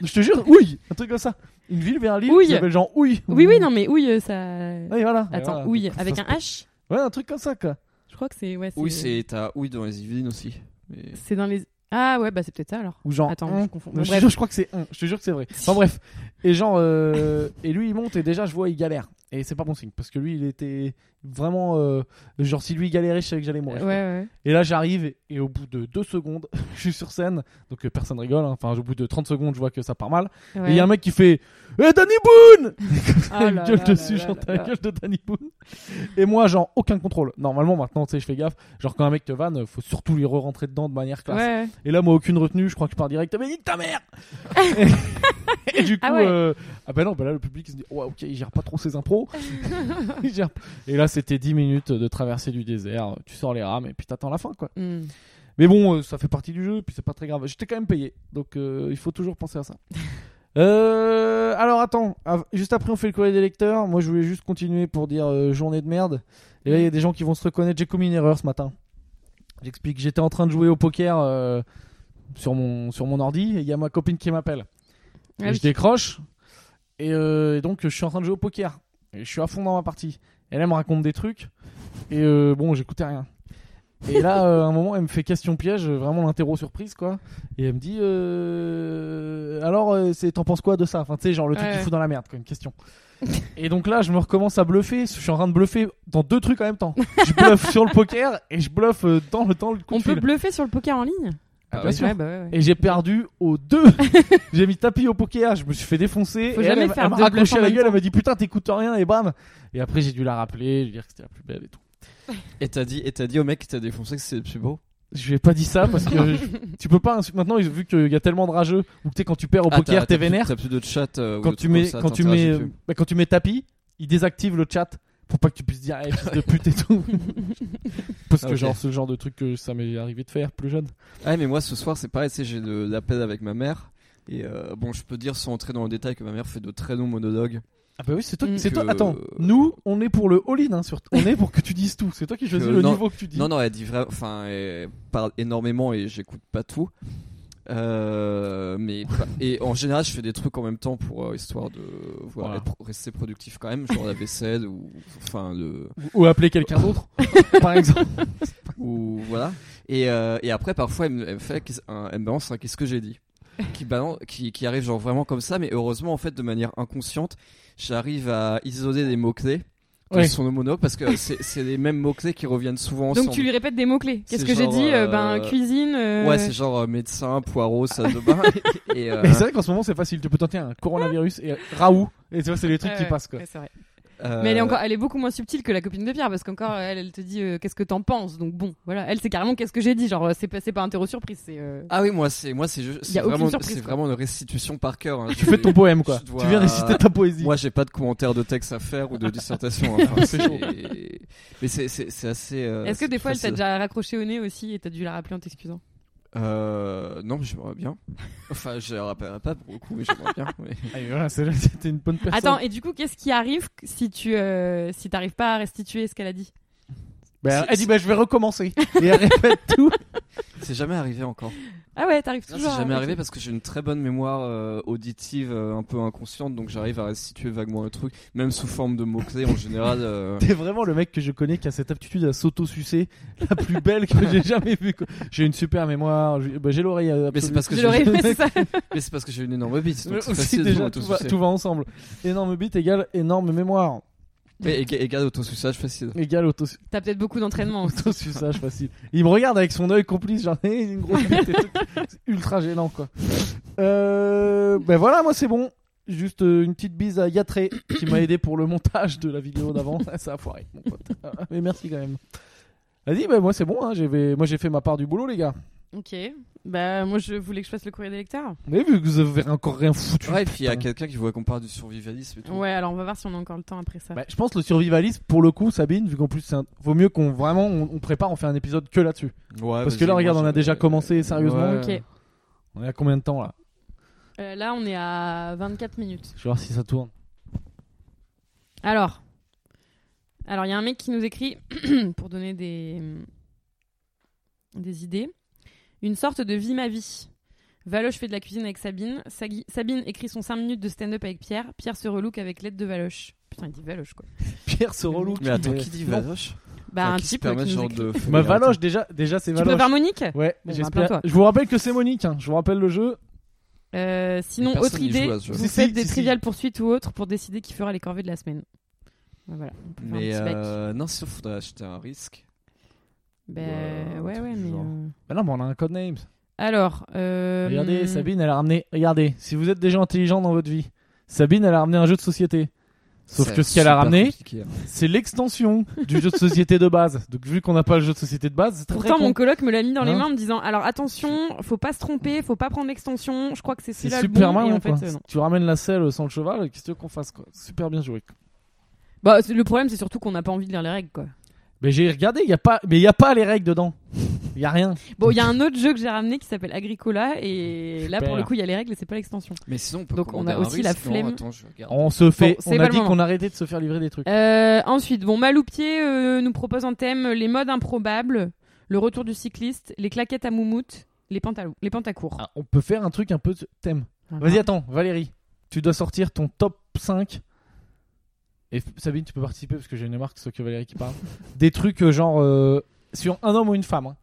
[SPEAKER 1] Je te jure, oui, un truc comme ça. Une ville vers Lille
[SPEAKER 2] Houille.
[SPEAKER 1] qui s'appelle genre Houille.
[SPEAKER 2] Oui, oui, non, mais houille, ça.
[SPEAKER 1] Oui, voilà. Et
[SPEAKER 2] Attends,
[SPEAKER 1] voilà.
[SPEAKER 2] houille,
[SPEAKER 1] Donc, ça
[SPEAKER 2] avec
[SPEAKER 1] se
[SPEAKER 2] un H
[SPEAKER 1] peut- Ouais, un truc comme ça, quoi.
[SPEAKER 2] Je crois que c'est. Ouais,
[SPEAKER 3] Oui, c'est t'as oui dans les Yvelines aussi. Mais...
[SPEAKER 2] C'est dans les. Ah ouais, bah c'est peut-être ça alors.
[SPEAKER 1] Ou genre.
[SPEAKER 2] Attends,
[SPEAKER 1] un.
[SPEAKER 2] je confonds.
[SPEAKER 1] Non, je, te
[SPEAKER 2] Bref.
[SPEAKER 1] jure, je crois que c'est un. Je te jure que c'est vrai. Enfin bref. Et genre. euh, et lui, il monte et déjà, je vois, il galère. Et c'est pas bon signe. Parce que lui, il était vraiment. euh, genre, si lui il galérait, je savais que j'allais
[SPEAKER 2] Ouais,
[SPEAKER 1] mourir.
[SPEAKER 2] ouais.
[SPEAKER 1] Et là, j'arrive et, et au bout de deux secondes, je suis sur scène. Donc euh, personne rigole. hein. Enfin, au bout de 30 secondes, je vois que ça part mal. Et
[SPEAKER 2] ouais.
[SPEAKER 1] il y a un mec qui fait Eh Danny Boone
[SPEAKER 2] Ah
[SPEAKER 1] Il me
[SPEAKER 2] là
[SPEAKER 1] gueule
[SPEAKER 2] là
[SPEAKER 1] dessus,
[SPEAKER 2] là
[SPEAKER 1] genre
[SPEAKER 2] là
[SPEAKER 1] t'as
[SPEAKER 2] là.
[SPEAKER 1] la gueule de Danny Boone. Et moi, genre, aucun contrôle. Normalement, maintenant, tu sais, je fais gaffe. Genre, quand un mec te vanne, faut surtout lui re-rentrer dedans de manière classe.
[SPEAKER 2] Ouais, ouais.
[SPEAKER 1] Et là, moi, aucune retenue, je crois que je pars direct. Mais nique ta mère et, et du coup,
[SPEAKER 2] Ah ouais.
[SPEAKER 1] euh, ah bah non, bah là, le public il se dit Ouais, ok, il gère pas trop ses impros. Il gère- et là, c'était 10 minutes de traversée du désert. Tu sors les rames et puis t'attends la fin, quoi.
[SPEAKER 2] Hmm.
[SPEAKER 1] Mais bon, euh, ça fait partie du jeu, puis c'est pas très grave. J'étais quand même payé, donc euh, il faut toujours penser à ça. Euh, alors attends, av- juste après on fait le courrier des lecteurs. Moi je voulais juste continuer pour dire euh, journée de merde. Et là
[SPEAKER 2] Mm.
[SPEAKER 1] il y a des gens qui vont se reconnaître. J'ai commis une erreur ce matin. J'explique, j'étais en train de jouer au poker euh, sur, mon, sur mon ordi et il y a ma copine qui m'appelle.
[SPEAKER 2] Ah
[SPEAKER 1] Et
[SPEAKER 2] oui.
[SPEAKER 1] je décroche et, euh, et donc je suis en train de jouer au poker. Et je suis à fond dans ma partie. Et là elle me raconte des trucs et euh, bon j'écoutais rien. Et là, euh, à un moment, elle me fait question piège, euh, vraiment l'interro surprise, quoi. Et elle me dit, euh, alors, euh, c'est, t'en penses quoi de ça Enfin, tu sais, genre le truc
[SPEAKER 2] Ouais,
[SPEAKER 1] qui
[SPEAKER 2] ouais.
[SPEAKER 1] fout dans la merde, quoi, une question. et donc là, je me recommence à bluffer. Je suis en train de bluffer dans deux trucs en même temps. Je bluffe sur le poker et je bluffe euh, dans le temps le coup
[SPEAKER 2] On
[SPEAKER 1] de
[SPEAKER 2] peut
[SPEAKER 1] fil.
[SPEAKER 2] bluffer sur le poker en ligne
[SPEAKER 1] Ah, bien
[SPEAKER 3] ouais.
[SPEAKER 1] sûr.
[SPEAKER 2] Ouais, bah ouais. ouais.
[SPEAKER 1] Et j'ai perdu aux deux. j'ai mis tapis au poker, je me suis fait défoncer.
[SPEAKER 2] Faut
[SPEAKER 1] et
[SPEAKER 2] jamais
[SPEAKER 1] elle, elle
[SPEAKER 2] faire
[SPEAKER 1] m'a
[SPEAKER 2] deux bluffs en
[SPEAKER 1] raccroché à la
[SPEAKER 2] même
[SPEAKER 1] gueule, elle m'a dit putain, t'écoutes rien et bam. Et après, j'ai dû la rappeler, lui dire que c'était la plus belle et tout.
[SPEAKER 3] Et t'as dit et t'as dit au mec qui t'a défoncé que c'est le plus beau.
[SPEAKER 1] Je lui ai pas dit ça parce que je- tu peux pas. insu- Maintenant, ils ont vu qu'il y a tellement de rageux ou que tu sais, quand tu perds au
[SPEAKER 3] Ah, t'as-
[SPEAKER 1] poker,
[SPEAKER 3] t'as
[SPEAKER 1] t'es
[SPEAKER 3] plus-
[SPEAKER 1] vénère.
[SPEAKER 3] T'as plus de chat. euh, ou
[SPEAKER 1] Quand
[SPEAKER 3] de
[SPEAKER 1] tu
[SPEAKER 3] trucs
[SPEAKER 1] mets,
[SPEAKER 3] comme ça,
[SPEAKER 1] quand tu
[SPEAKER 3] t'interagis
[SPEAKER 1] mets,
[SPEAKER 3] plus.
[SPEAKER 1] bah, quand tu mets tapis, ils désactivent le chat pour pas que tu puisses dire Eh, fils de pute et tout. parce que
[SPEAKER 3] Ah, ok.
[SPEAKER 1] genre ce genre de truc que ça m'est arrivé de faire plus jeune.
[SPEAKER 3] Ah mais moi ce soir c'est pareil, tu sais, j'ai de l'appel avec ma mère. Et euh, bon, je peux dire sans entrer dans le détail que ma mère fait de très longs monologues.
[SPEAKER 1] Ah bah oui, c'est toi.
[SPEAKER 2] Mm.
[SPEAKER 1] C'est toi.
[SPEAKER 3] Que-
[SPEAKER 1] Attends, nous, on est pour le all-in. hein, sur- on est pour que tu dises tout. C'est toi qui choisis
[SPEAKER 3] Que
[SPEAKER 1] le
[SPEAKER 3] non-
[SPEAKER 1] niveau que tu dis.
[SPEAKER 3] Non, non, elle dit vrai, enfin, elle parle énormément et j'écoute pas tout. Euh, mais pas- et en général, je fais des trucs en même temps pour euh, histoire de voilà,
[SPEAKER 1] Voilà.
[SPEAKER 3] être- rester productif quand même, genre la vaisselle ou enfin le
[SPEAKER 1] Ou- Ou appeler quelqu'un d'autre, par exemple.
[SPEAKER 3] ou voilà. Et, euh, et après, parfois, elle me, elle me fait qu'est-ce- un- elle me balance un qu'est-ce que j'ai dit, qui balance, qui, qui arrive genre vraiment comme ça, mais heureusement en fait de manière inconsciente, j'arrive à isoler les mots clés qui
[SPEAKER 1] Ouais.
[SPEAKER 3] sont nos monos parce que c'est c'est les mêmes mots clés qui reviennent souvent ensemble.
[SPEAKER 2] Donc tu lui répètes des mots-clés. Qu'est-ce
[SPEAKER 3] C'est
[SPEAKER 2] que j'ai
[SPEAKER 3] genre,
[SPEAKER 2] dit Euh,
[SPEAKER 3] euh,
[SPEAKER 2] Ben, cuisine. euh,
[SPEAKER 3] Ouais, c'est genre euh, médecin, poireau, salle de bain. et, et, euh,
[SPEAKER 1] Mais c'est vrai qu'en ce moment, c'est facile. Tu peux tenter un coronavirus et Raoult. Et tu vois, c'est les trucs
[SPEAKER 2] ouais,
[SPEAKER 1] qui
[SPEAKER 2] ouais,
[SPEAKER 1] passent, quoi.
[SPEAKER 2] ouais, c'est vrai.
[SPEAKER 3] euh,
[SPEAKER 2] Mais elle est, encore, elle est beaucoup moins subtile que la copine de Pierre parce qu'encore elle, elle te dit euh, qu'est-ce que t'en penses donc bon voilà elle c'est carrément qu'est-ce que j'ai dit genre euh, c'est pas, c'est pas interro surprise c'est euh,
[SPEAKER 3] Ah oui, moi, c'est moi c'est juste-
[SPEAKER 2] Y
[SPEAKER 3] c'est
[SPEAKER 2] a aucune
[SPEAKER 3] vraiment,
[SPEAKER 2] surprise,
[SPEAKER 3] c'est
[SPEAKER 2] quoi.
[SPEAKER 3] vraiment une restitution par cœur. hein.
[SPEAKER 1] Tu fais ton poème, quoi.
[SPEAKER 3] Je dois-
[SPEAKER 1] Tu viens réciter ta poésie.
[SPEAKER 3] Moi, j'ai pas de commentaire de texte à faire ou de dissertation. hein. Enfin, c'est- Mais c'est- c'est c'est assez. euh,
[SPEAKER 2] Est-ce que
[SPEAKER 3] c'est
[SPEAKER 2] des fois elle t'a
[SPEAKER 3] facile.
[SPEAKER 2] déjà raccroché au nez aussi et t'as dû la rappeler en t'excusant
[SPEAKER 3] Euh, non, mais j'aimerais bien. Enfin, je la rappellerai pas pour le coup, mais j'aimerais bien. mais-
[SPEAKER 1] Ah, et voilà, c'est- c'était une bonne personne.
[SPEAKER 2] Attends et du coup qu'est-ce qui arrive si tu euh, si t'arrives pas à restituer ce qu'elle a dit
[SPEAKER 1] Bah,
[SPEAKER 3] C'est-
[SPEAKER 1] elle dit, bah, je vais recommencer. Et elle répète tout.
[SPEAKER 3] C'est jamais arrivé encore.
[SPEAKER 2] Ah ouais t'arrives
[SPEAKER 3] Non,
[SPEAKER 2] toujours
[SPEAKER 3] c'est
[SPEAKER 2] à-
[SPEAKER 3] jamais
[SPEAKER 2] ok.
[SPEAKER 3] arrivé parce que j'ai une très bonne mémoire euh, auditive, euh, un peu inconsciente, donc j'arrive à restituer vaguement le truc, même sous forme de mots clés en général. euh,
[SPEAKER 1] T'es vraiment le mec que je connais qui a cette aptitude à s'auto-sucer la plus belle que j'ai jamais vue, quoi. J'ai une super mémoire. J'ai bah, j'ai l'oreille. euh,
[SPEAKER 3] Mais c'est
[SPEAKER 1] absolue.
[SPEAKER 3] parce que
[SPEAKER 2] Je
[SPEAKER 3] j'ai-
[SPEAKER 2] l'aurais aimé, c'est ça.
[SPEAKER 3] Mais c'est parce que j'ai une énorme bite.
[SPEAKER 1] Mais
[SPEAKER 3] Donc c'est
[SPEAKER 1] aussi,
[SPEAKER 3] facile de
[SPEAKER 1] déjà, tout va,
[SPEAKER 3] m'autosucer.
[SPEAKER 1] tout va ensemble. Énorme bite égale énorme mémoire.
[SPEAKER 3] Mais éga- égale autosuçage facile.
[SPEAKER 1] Égale auto
[SPEAKER 2] T'as peut-être beaucoup d'entraînement. aussi.
[SPEAKER 1] Autosuçage facile. Il me regarde avec son œil complice, genre, Hé, une grosse bite et tout. C'est ultra gênant, quoi. Euh, ben voilà, moi c'est bon. Juste euh, une petite bise à Yatré qui m'a aidé pour le montage de la vidéo d'avant. Ça a foiré, mon pote. Ah, Mais merci quand même. Vas-y, ben moi c'est bon, hein, j'ai fait- moi j'ai fait ma part du boulot, les gars.
[SPEAKER 2] Ok. Bah moi je voulais que je fasse le courrier des lecteurs.
[SPEAKER 1] Mais vu que vous avez encore rien foutu.
[SPEAKER 3] Ouais, et puis il y a
[SPEAKER 1] putain.
[SPEAKER 3] quelqu'un qui voit qu'on parle du survivalisme et tout.
[SPEAKER 2] Ouais alors on va voir si on a encore le temps après ça.
[SPEAKER 1] Bah, je pense le survivaliste, pour le coup, Sabine, vu qu'en plus, c'est un- vaut mieux qu'on vraiment on, on prépare, on fait un épisode que là-dessus.
[SPEAKER 3] Ouais,
[SPEAKER 1] Parce
[SPEAKER 3] vas-y,
[SPEAKER 1] que là,
[SPEAKER 3] moi,
[SPEAKER 1] regarde,
[SPEAKER 3] je-
[SPEAKER 1] on a déjà
[SPEAKER 3] euh,
[SPEAKER 1] commencé sérieusement.
[SPEAKER 3] ouais.
[SPEAKER 2] Ok.
[SPEAKER 1] On est à combien de temps là
[SPEAKER 2] Euh, là on est à 24 minutes.
[SPEAKER 1] Je vais voir si ça tourne.
[SPEAKER 2] Alors. Alors, il y a un mec qui nous écrit, pour donner des, des idées, une sorte de vie ma vie. Valoche fait de la cuisine avec Sabine. Sagui- Sabine écrit son 5 minutes de stand-up avec Pierre. Pierre se relook avec l'aide de Valoche. Putain, il dit Valoche quoi.
[SPEAKER 1] Pierre se relook.
[SPEAKER 3] Mais attends, qui dit Valoche
[SPEAKER 2] Bah,
[SPEAKER 3] Enfin,
[SPEAKER 2] un
[SPEAKER 3] qui se
[SPEAKER 2] type euh,
[SPEAKER 3] permet
[SPEAKER 2] qui
[SPEAKER 3] ce
[SPEAKER 2] nous
[SPEAKER 3] genre
[SPEAKER 2] écrit.
[SPEAKER 3] de.
[SPEAKER 1] Ma Valoche, déjà, déjà c'est
[SPEAKER 2] Tu peux
[SPEAKER 1] Valoche.
[SPEAKER 2] faire Monique
[SPEAKER 1] Ouais,
[SPEAKER 2] Bon, bah,
[SPEAKER 1] j'espère.
[SPEAKER 2] plein toi.
[SPEAKER 1] je vous rappelle que c'est Monique, hein. je vous rappelle le jeu.
[SPEAKER 2] Euh, sinon,
[SPEAKER 3] personne
[SPEAKER 2] autre
[SPEAKER 3] n'y joue
[SPEAKER 2] idée,
[SPEAKER 3] à ce jeu.
[SPEAKER 2] vous
[SPEAKER 1] Si,
[SPEAKER 2] faites
[SPEAKER 1] si,
[SPEAKER 2] des
[SPEAKER 1] si, si.
[SPEAKER 2] triviales poursuites ou autres pour décider qui fera les corvées de la semaine. Bah, Voilà, on peut faire
[SPEAKER 3] Mais
[SPEAKER 2] un petit bac.
[SPEAKER 3] euh, non, sinon, faudrait acheter un risque.
[SPEAKER 2] Bah,
[SPEAKER 3] ouais, un
[SPEAKER 2] ouais,
[SPEAKER 3] truc
[SPEAKER 2] ouais,
[SPEAKER 3] du
[SPEAKER 2] mais.
[SPEAKER 3] genre.
[SPEAKER 2] euh,
[SPEAKER 1] Bah non, mais on a un codename.
[SPEAKER 2] Alors, euh,
[SPEAKER 1] Regardez,
[SPEAKER 2] hmm,
[SPEAKER 1] Sabine, elle a ramené. Regardez, si vous êtes des gens intelligents dans votre vie, Sabine, elle a ramené un jeu de société. Sauf
[SPEAKER 3] C'est
[SPEAKER 1] que ce qu'elle a
[SPEAKER 3] super
[SPEAKER 1] ramené,
[SPEAKER 3] compliqué. hein.
[SPEAKER 1] c'est l'extension du jeu de société de base. Donc vu qu'on n'a pas le jeu de société de base, c'est très
[SPEAKER 2] Pourtant,
[SPEAKER 1] con.
[SPEAKER 2] mon coloc me l'a mis dans les
[SPEAKER 1] Hein
[SPEAKER 2] mains en me disant Alors attention, faut pas se tromper, faut pas prendre l'extension. Je crois que c'est
[SPEAKER 1] C'est
[SPEAKER 2] celui-là le
[SPEAKER 1] super
[SPEAKER 2] bon.
[SPEAKER 1] malin,
[SPEAKER 2] et en fait,
[SPEAKER 1] quoi.
[SPEAKER 2] euh, non.
[SPEAKER 1] Tu ramènes la selle sans le cheval, qu'est-ce que tu veux qu'on fasse quoi Super bien joué. quoi.
[SPEAKER 2] Bah, c'est- le problème, c'est surtout qu'on n'a pas envie de lire les règles, quoi.
[SPEAKER 1] Mais j'ai regardé, il y a pas mais il y a pas les règles dedans. Il y a rien.
[SPEAKER 2] Bon, il y a un autre jeu que j'ai ramené qui s'appelle Agricola, et là, pour
[SPEAKER 1] Super.
[SPEAKER 2] le coup, il y a les règles et c'est pas l'extension.
[SPEAKER 3] Mais sinon, on peut
[SPEAKER 2] Donc, on a
[SPEAKER 3] commander un
[SPEAKER 2] aussi la
[SPEAKER 3] risque. Non,
[SPEAKER 2] flemme.
[SPEAKER 3] attends, je regarde.
[SPEAKER 1] On se fait
[SPEAKER 2] c'est
[SPEAKER 1] on
[SPEAKER 2] pas
[SPEAKER 1] a
[SPEAKER 2] le
[SPEAKER 1] dit
[SPEAKER 2] moment.
[SPEAKER 1] qu'on arrêtait de se faire livrer des trucs.
[SPEAKER 2] Euh, ensuite, bon, Maloupier euh, nous propose en thème les modes improbables, le retour du cycliste, les claquettes à moumoute, les, pantalons, les pantacours.
[SPEAKER 1] Ah, on peut faire un truc un peu de thème.
[SPEAKER 2] Voilà.
[SPEAKER 1] Vas-y, attends, Valérie, tu dois sortir ton top 5. Et F- Sabine, tu peux participer parce que j'ai une marque, c'est que Valérie qui parle. Des trucs euh, genre euh, sur un homme ou une femme. hein.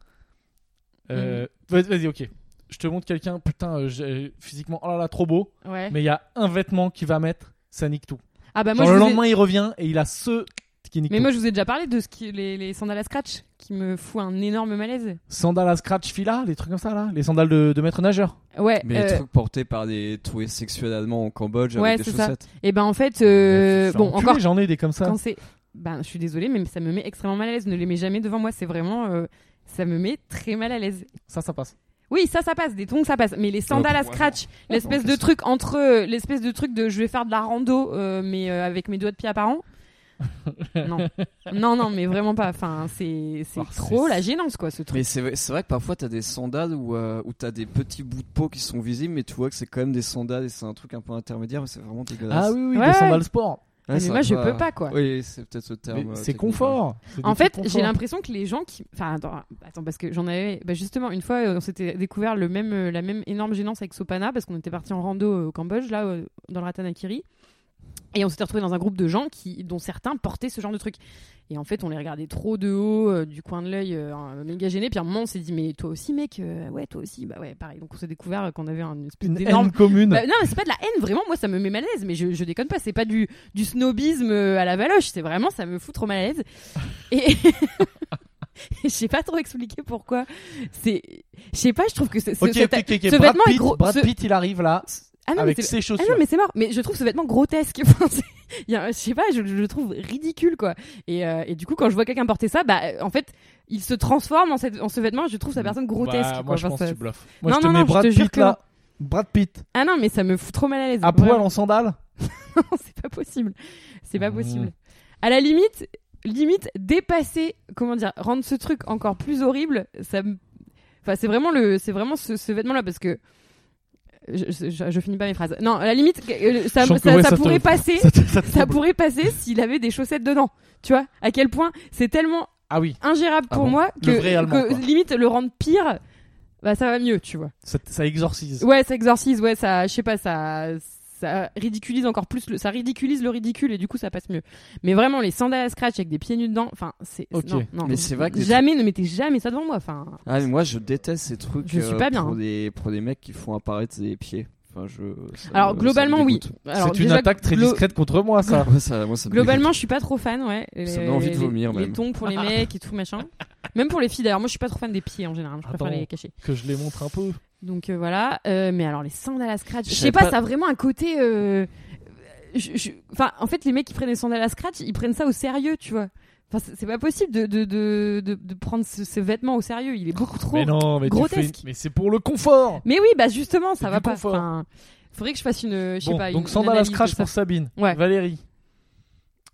[SPEAKER 1] Euh,
[SPEAKER 2] Mhm.
[SPEAKER 1] vas- Vas-y, ok. Je te montre quelqu'un, putain, euh, j'ai- physiquement, oh là là, trop beau.
[SPEAKER 2] Ouais.
[SPEAKER 1] Mais il y a un vêtement qu'il va mettre, ça nique tout.
[SPEAKER 2] Ah bah, moi,
[SPEAKER 1] Genre, le
[SPEAKER 2] je vous ai-
[SPEAKER 1] lendemain, il revient et il a ce qui nique
[SPEAKER 2] Mais
[SPEAKER 1] tout.
[SPEAKER 2] moi, je vous ai déjà parlé de ce qui, les, les sandales à scratch qui me fout un énorme malaise.
[SPEAKER 1] Sandales à scratch fila, les trucs comme ça là. Les sandales de, de maître nageur.
[SPEAKER 2] Ouais.
[SPEAKER 3] Mais
[SPEAKER 2] euh,
[SPEAKER 3] les trucs portés par des touristes sexuels allemands au Cambodge
[SPEAKER 2] Ouais,
[SPEAKER 3] avec des
[SPEAKER 2] c'est ça.
[SPEAKER 3] chaussettes.
[SPEAKER 2] Et ben en fait, euh,
[SPEAKER 1] Je suis
[SPEAKER 2] bon,
[SPEAKER 1] enculé,
[SPEAKER 2] encore
[SPEAKER 1] J'en ai des comme ça.
[SPEAKER 2] quand c'est, ben je suis désolée, mais ça me met extrêmement mal à l'aise. Ne les mets jamais devant moi. C'est vraiment, euh, ça me met très mal à l'aise.
[SPEAKER 1] Ça, ça passe.
[SPEAKER 2] Oui, ça, ça passe. Des tongs, ça passe. Mais les sandales à
[SPEAKER 3] Ouais.
[SPEAKER 2] scratch, l'espèce
[SPEAKER 3] Ouais,
[SPEAKER 2] de
[SPEAKER 3] ok.
[SPEAKER 2] truc entre, euh, l'espèce de truc de, je vais faire de la rando, euh, mais euh, avec mes doigts de pied apparents. non, non, non, mais vraiment pas. Enfin, c'est, c'est
[SPEAKER 1] Alors,
[SPEAKER 2] trop
[SPEAKER 1] c'est-
[SPEAKER 2] la gênance, quoi, ce truc.
[SPEAKER 3] Mais c'est vrai, c'est vrai que parfois t'as des sandales où, euh, où t'as des petits bouts de peau qui sont visibles, mais tu vois que c'est quand même des sandales et c'est un truc un peu intermédiaire, mais c'est vraiment dégueulasse.
[SPEAKER 1] Ah oui, oui,
[SPEAKER 2] Ouais,
[SPEAKER 1] des
[SPEAKER 2] ouais.
[SPEAKER 1] sandales sport.
[SPEAKER 2] Ah, Mais,
[SPEAKER 3] c'est
[SPEAKER 2] moi, je
[SPEAKER 3] un peu-
[SPEAKER 2] peux pas, quoi.
[SPEAKER 3] Oui, c'est peut-être ce terme.
[SPEAKER 1] Mais
[SPEAKER 3] euh,
[SPEAKER 1] c'est
[SPEAKER 3] technique.
[SPEAKER 1] confort. C'est des
[SPEAKER 2] En fait,
[SPEAKER 1] trucs
[SPEAKER 2] j'ai
[SPEAKER 1] confort.
[SPEAKER 2] l'impression que les gens qui. Enfin, attends, attends parce que j'en avais. Bah, justement, une fois, euh, on s'était découvert le même, euh, la même énorme gênance avec Sopana, parce qu'on était parti en rando euh, au Cambodge, là, euh, dans le Ratanakiri. Et on s'était retrouvé dans un groupe de gens qui, dont certains portaient ce genre de truc. Et en fait, on les regardait trop de haut, euh, du coin de l'œil, euh, hein, méga gêné. Puis à un moment, on s'est dit, mais toi aussi, mec, euh, ouais, toi aussi, bah ouais, pareil. Donc on s'est découvert euh, qu'on avait un espèce
[SPEAKER 1] une
[SPEAKER 2] d'énorme
[SPEAKER 1] haine commune.
[SPEAKER 2] Bah, non, mais c'est pas de la haine, vraiment. Moi, ça me met mal à l'aise. Mais je, je déconne pas. C'est pas du, du snobisme euh, à la valoche. C'est vraiment, ça me fout trop mal à l'aise. Et. Je sais pas trop expliquer pourquoi. C'est, je sais pas, je trouve que c'est. ce-
[SPEAKER 1] ok,
[SPEAKER 2] cet-
[SPEAKER 1] ok, ok, ok.
[SPEAKER 2] ce
[SPEAKER 1] Brad,
[SPEAKER 2] vêtement est
[SPEAKER 1] Pitt,
[SPEAKER 2] gros-
[SPEAKER 1] Brad
[SPEAKER 2] ce-
[SPEAKER 1] Pitt, il arrive là
[SPEAKER 2] Ah non, mais
[SPEAKER 1] avec
[SPEAKER 2] c'est-
[SPEAKER 1] ses
[SPEAKER 2] ah
[SPEAKER 1] chaussures.
[SPEAKER 2] non, mais c'est mort. Mais je trouve ce vêtement grotesque. Enfin, c'est- il y a un- je sais pas, je, je le trouve ridicule quoi. Et, euh, et du coup, quand je vois quelqu'un porter ça, bah euh, en fait, il se transforme en, cette- en ce vêtement. Je trouve sa personne grotesque.
[SPEAKER 1] Bah,
[SPEAKER 2] quoi.
[SPEAKER 1] moi, je
[SPEAKER 2] Enfin,
[SPEAKER 1] pense
[SPEAKER 2] ça-
[SPEAKER 1] que tu bluffes. Moi,
[SPEAKER 2] Non,
[SPEAKER 1] je te
[SPEAKER 2] non,
[SPEAKER 1] mets
[SPEAKER 2] non, je
[SPEAKER 1] Brad
[SPEAKER 2] te jure
[SPEAKER 1] Pitt
[SPEAKER 2] que
[SPEAKER 1] là. Brad Pitt
[SPEAKER 2] ah non, mais ça me fout trop mal à l'aise.
[SPEAKER 1] à
[SPEAKER 2] Vraiment.
[SPEAKER 1] poil en sandales.
[SPEAKER 2] Non, c'est pas possible. C'est
[SPEAKER 1] Ah.
[SPEAKER 2] pas possible. À la limite, limite dépasser, comment dire, rendre ce truc encore plus horrible, ça me- enfin c'est vraiment le c'est vraiment ce, ce vêtement là parce que je, je- je finis pas mes phrases. Non, à la limite euh, ça
[SPEAKER 1] Je sens que
[SPEAKER 2] ça,
[SPEAKER 1] ouais,
[SPEAKER 2] ça
[SPEAKER 1] ça te-
[SPEAKER 2] pourrait passer,
[SPEAKER 1] Ça te- ça te
[SPEAKER 2] ça
[SPEAKER 1] semble-
[SPEAKER 2] pourrait passer s'il avait des chaussettes dedans. Tu vois à quel point c'est tellement
[SPEAKER 1] Ah oui,
[SPEAKER 2] ingérable
[SPEAKER 1] Ah
[SPEAKER 2] pour
[SPEAKER 1] bon,
[SPEAKER 2] moi
[SPEAKER 1] le
[SPEAKER 2] que,
[SPEAKER 1] vrai allemand,
[SPEAKER 2] que
[SPEAKER 1] quoi.
[SPEAKER 2] limite le rendre pire bah ça va mieux, tu vois.
[SPEAKER 1] ça, ça exorcise.
[SPEAKER 2] Ouais, ça exorcise, ouais, ça, je sais pas, ça, ça ridiculise encore plus, le, ça ridiculise le ridicule et du coup ça passe mieux. Mais vraiment, les sandales à scratch avec des pieds nus dedans, enfin, c'est.
[SPEAKER 1] Ok.
[SPEAKER 2] Non, non.
[SPEAKER 3] hein. Mais c'est vrai que des
[SPEAKER 2] Jamais, ne mettez jamais ça devant moi, enfin.
[SPEAKER 3] Ah, mais moi je déteste ces trucs
[SPEAKER 2] Je suis
[SPEAKER 3] euh,
[SPEAKER 2] pas bien,
[SPEAKER 3] Pour,
[SPEAKER 2] hein.
[SPEAKER 3] des, pour des mecs qui font apparaître des pieds. Enfin, je, ça
[SPEAKER 2] Alors,
[SPEAKER 3] me-
[SPEAKER 2] globalement,
[SPEAKER 3] ça me
[SPEAKER 2] oui.
[SPEAKER 3] dégoûte.
[SPEAKER 2] Alors,
[SPEAKER 1] C'est une
[SPEAKER 2] déjà,
[SPEAKER 1] attaque très
[SPEAKER 2] glo-
[SPEAKER 1] discrète contre moi, ça.
[SPEAKER 3] Ouais, ça- moi, ça me
[SPEAKER 2] Globalement, je suis pas trop fan, ouais.
[SPEAKER 3] Ça
[SPEAKER 2] Les-
[SPEAKER 3] donne envie de
[SPEAKER 2] les-
[SPEAKER 3] vomir,
[SPEAKER 2] Les
[SPEAKER 3] même.
[SPEAKER 2] tongs pour les mecs et tout, machin. Même pour les filles, d'ailleurs, moi je suis pas trop fan des pieds en général,
[SPEAKER 3] Ah
[SPEAKER 2] je préfère
[SPEAKER 1] Attends.
[SPEAKER 2] les cacher.
[SPEAKER 1] Que je les montre un peu.
[SPEAKER 2] Donc euh, voilà, Euh, mais alors les sandales à scratch, je
[SPEAKER 3] Je
[SPEAKER 2] sais
[SPEAKER 3] savais
[SPEAKER 2] pas,
[SPEAKER 3] pas-
[SPEAKER 2] ça a vraiment un côté. euh, je- je- Enfin, en fait, les mecs qui prennent les sandales à scratch, ils prennent ça au sérieux, tu vois. Enfin, c'est- c'est pas possible de, de, de, de, de prendre ce, ce vêtement au sérieux. Il est beaucoup trop.
[SPEAKER 1] Mais non, mais tu fais une-
[SPEAKER 2] grotesque.
[SPEAKER 1] Mais c'est pour le confort.
[SPEAKER 2] Mais oui, bah justement, ça
[SPEAKER 1] C'est
[SPEAKER 2] va
[SPEAKER 1] du
[SPEAKER 2] pas.
[SPEAKER 1] confort.
[SPEAKER 2] Enfin, faudrait que je fasse une, je sais
[SPEAKER 1] Bon,
[SPEAKER 2] pas, une-
[SPEAKER 1] donc
[SPEAKER 2] une
[SPEAKER 1] sandales à
[SPEAKER 2] analyse de
[SPEAKER 1] scratch
[SPEAKER 2] ça.
[SPEAKER 1] pour Sabine.
[SPEAKER 2] Ouais.
[SPEAKER 1] Valérie.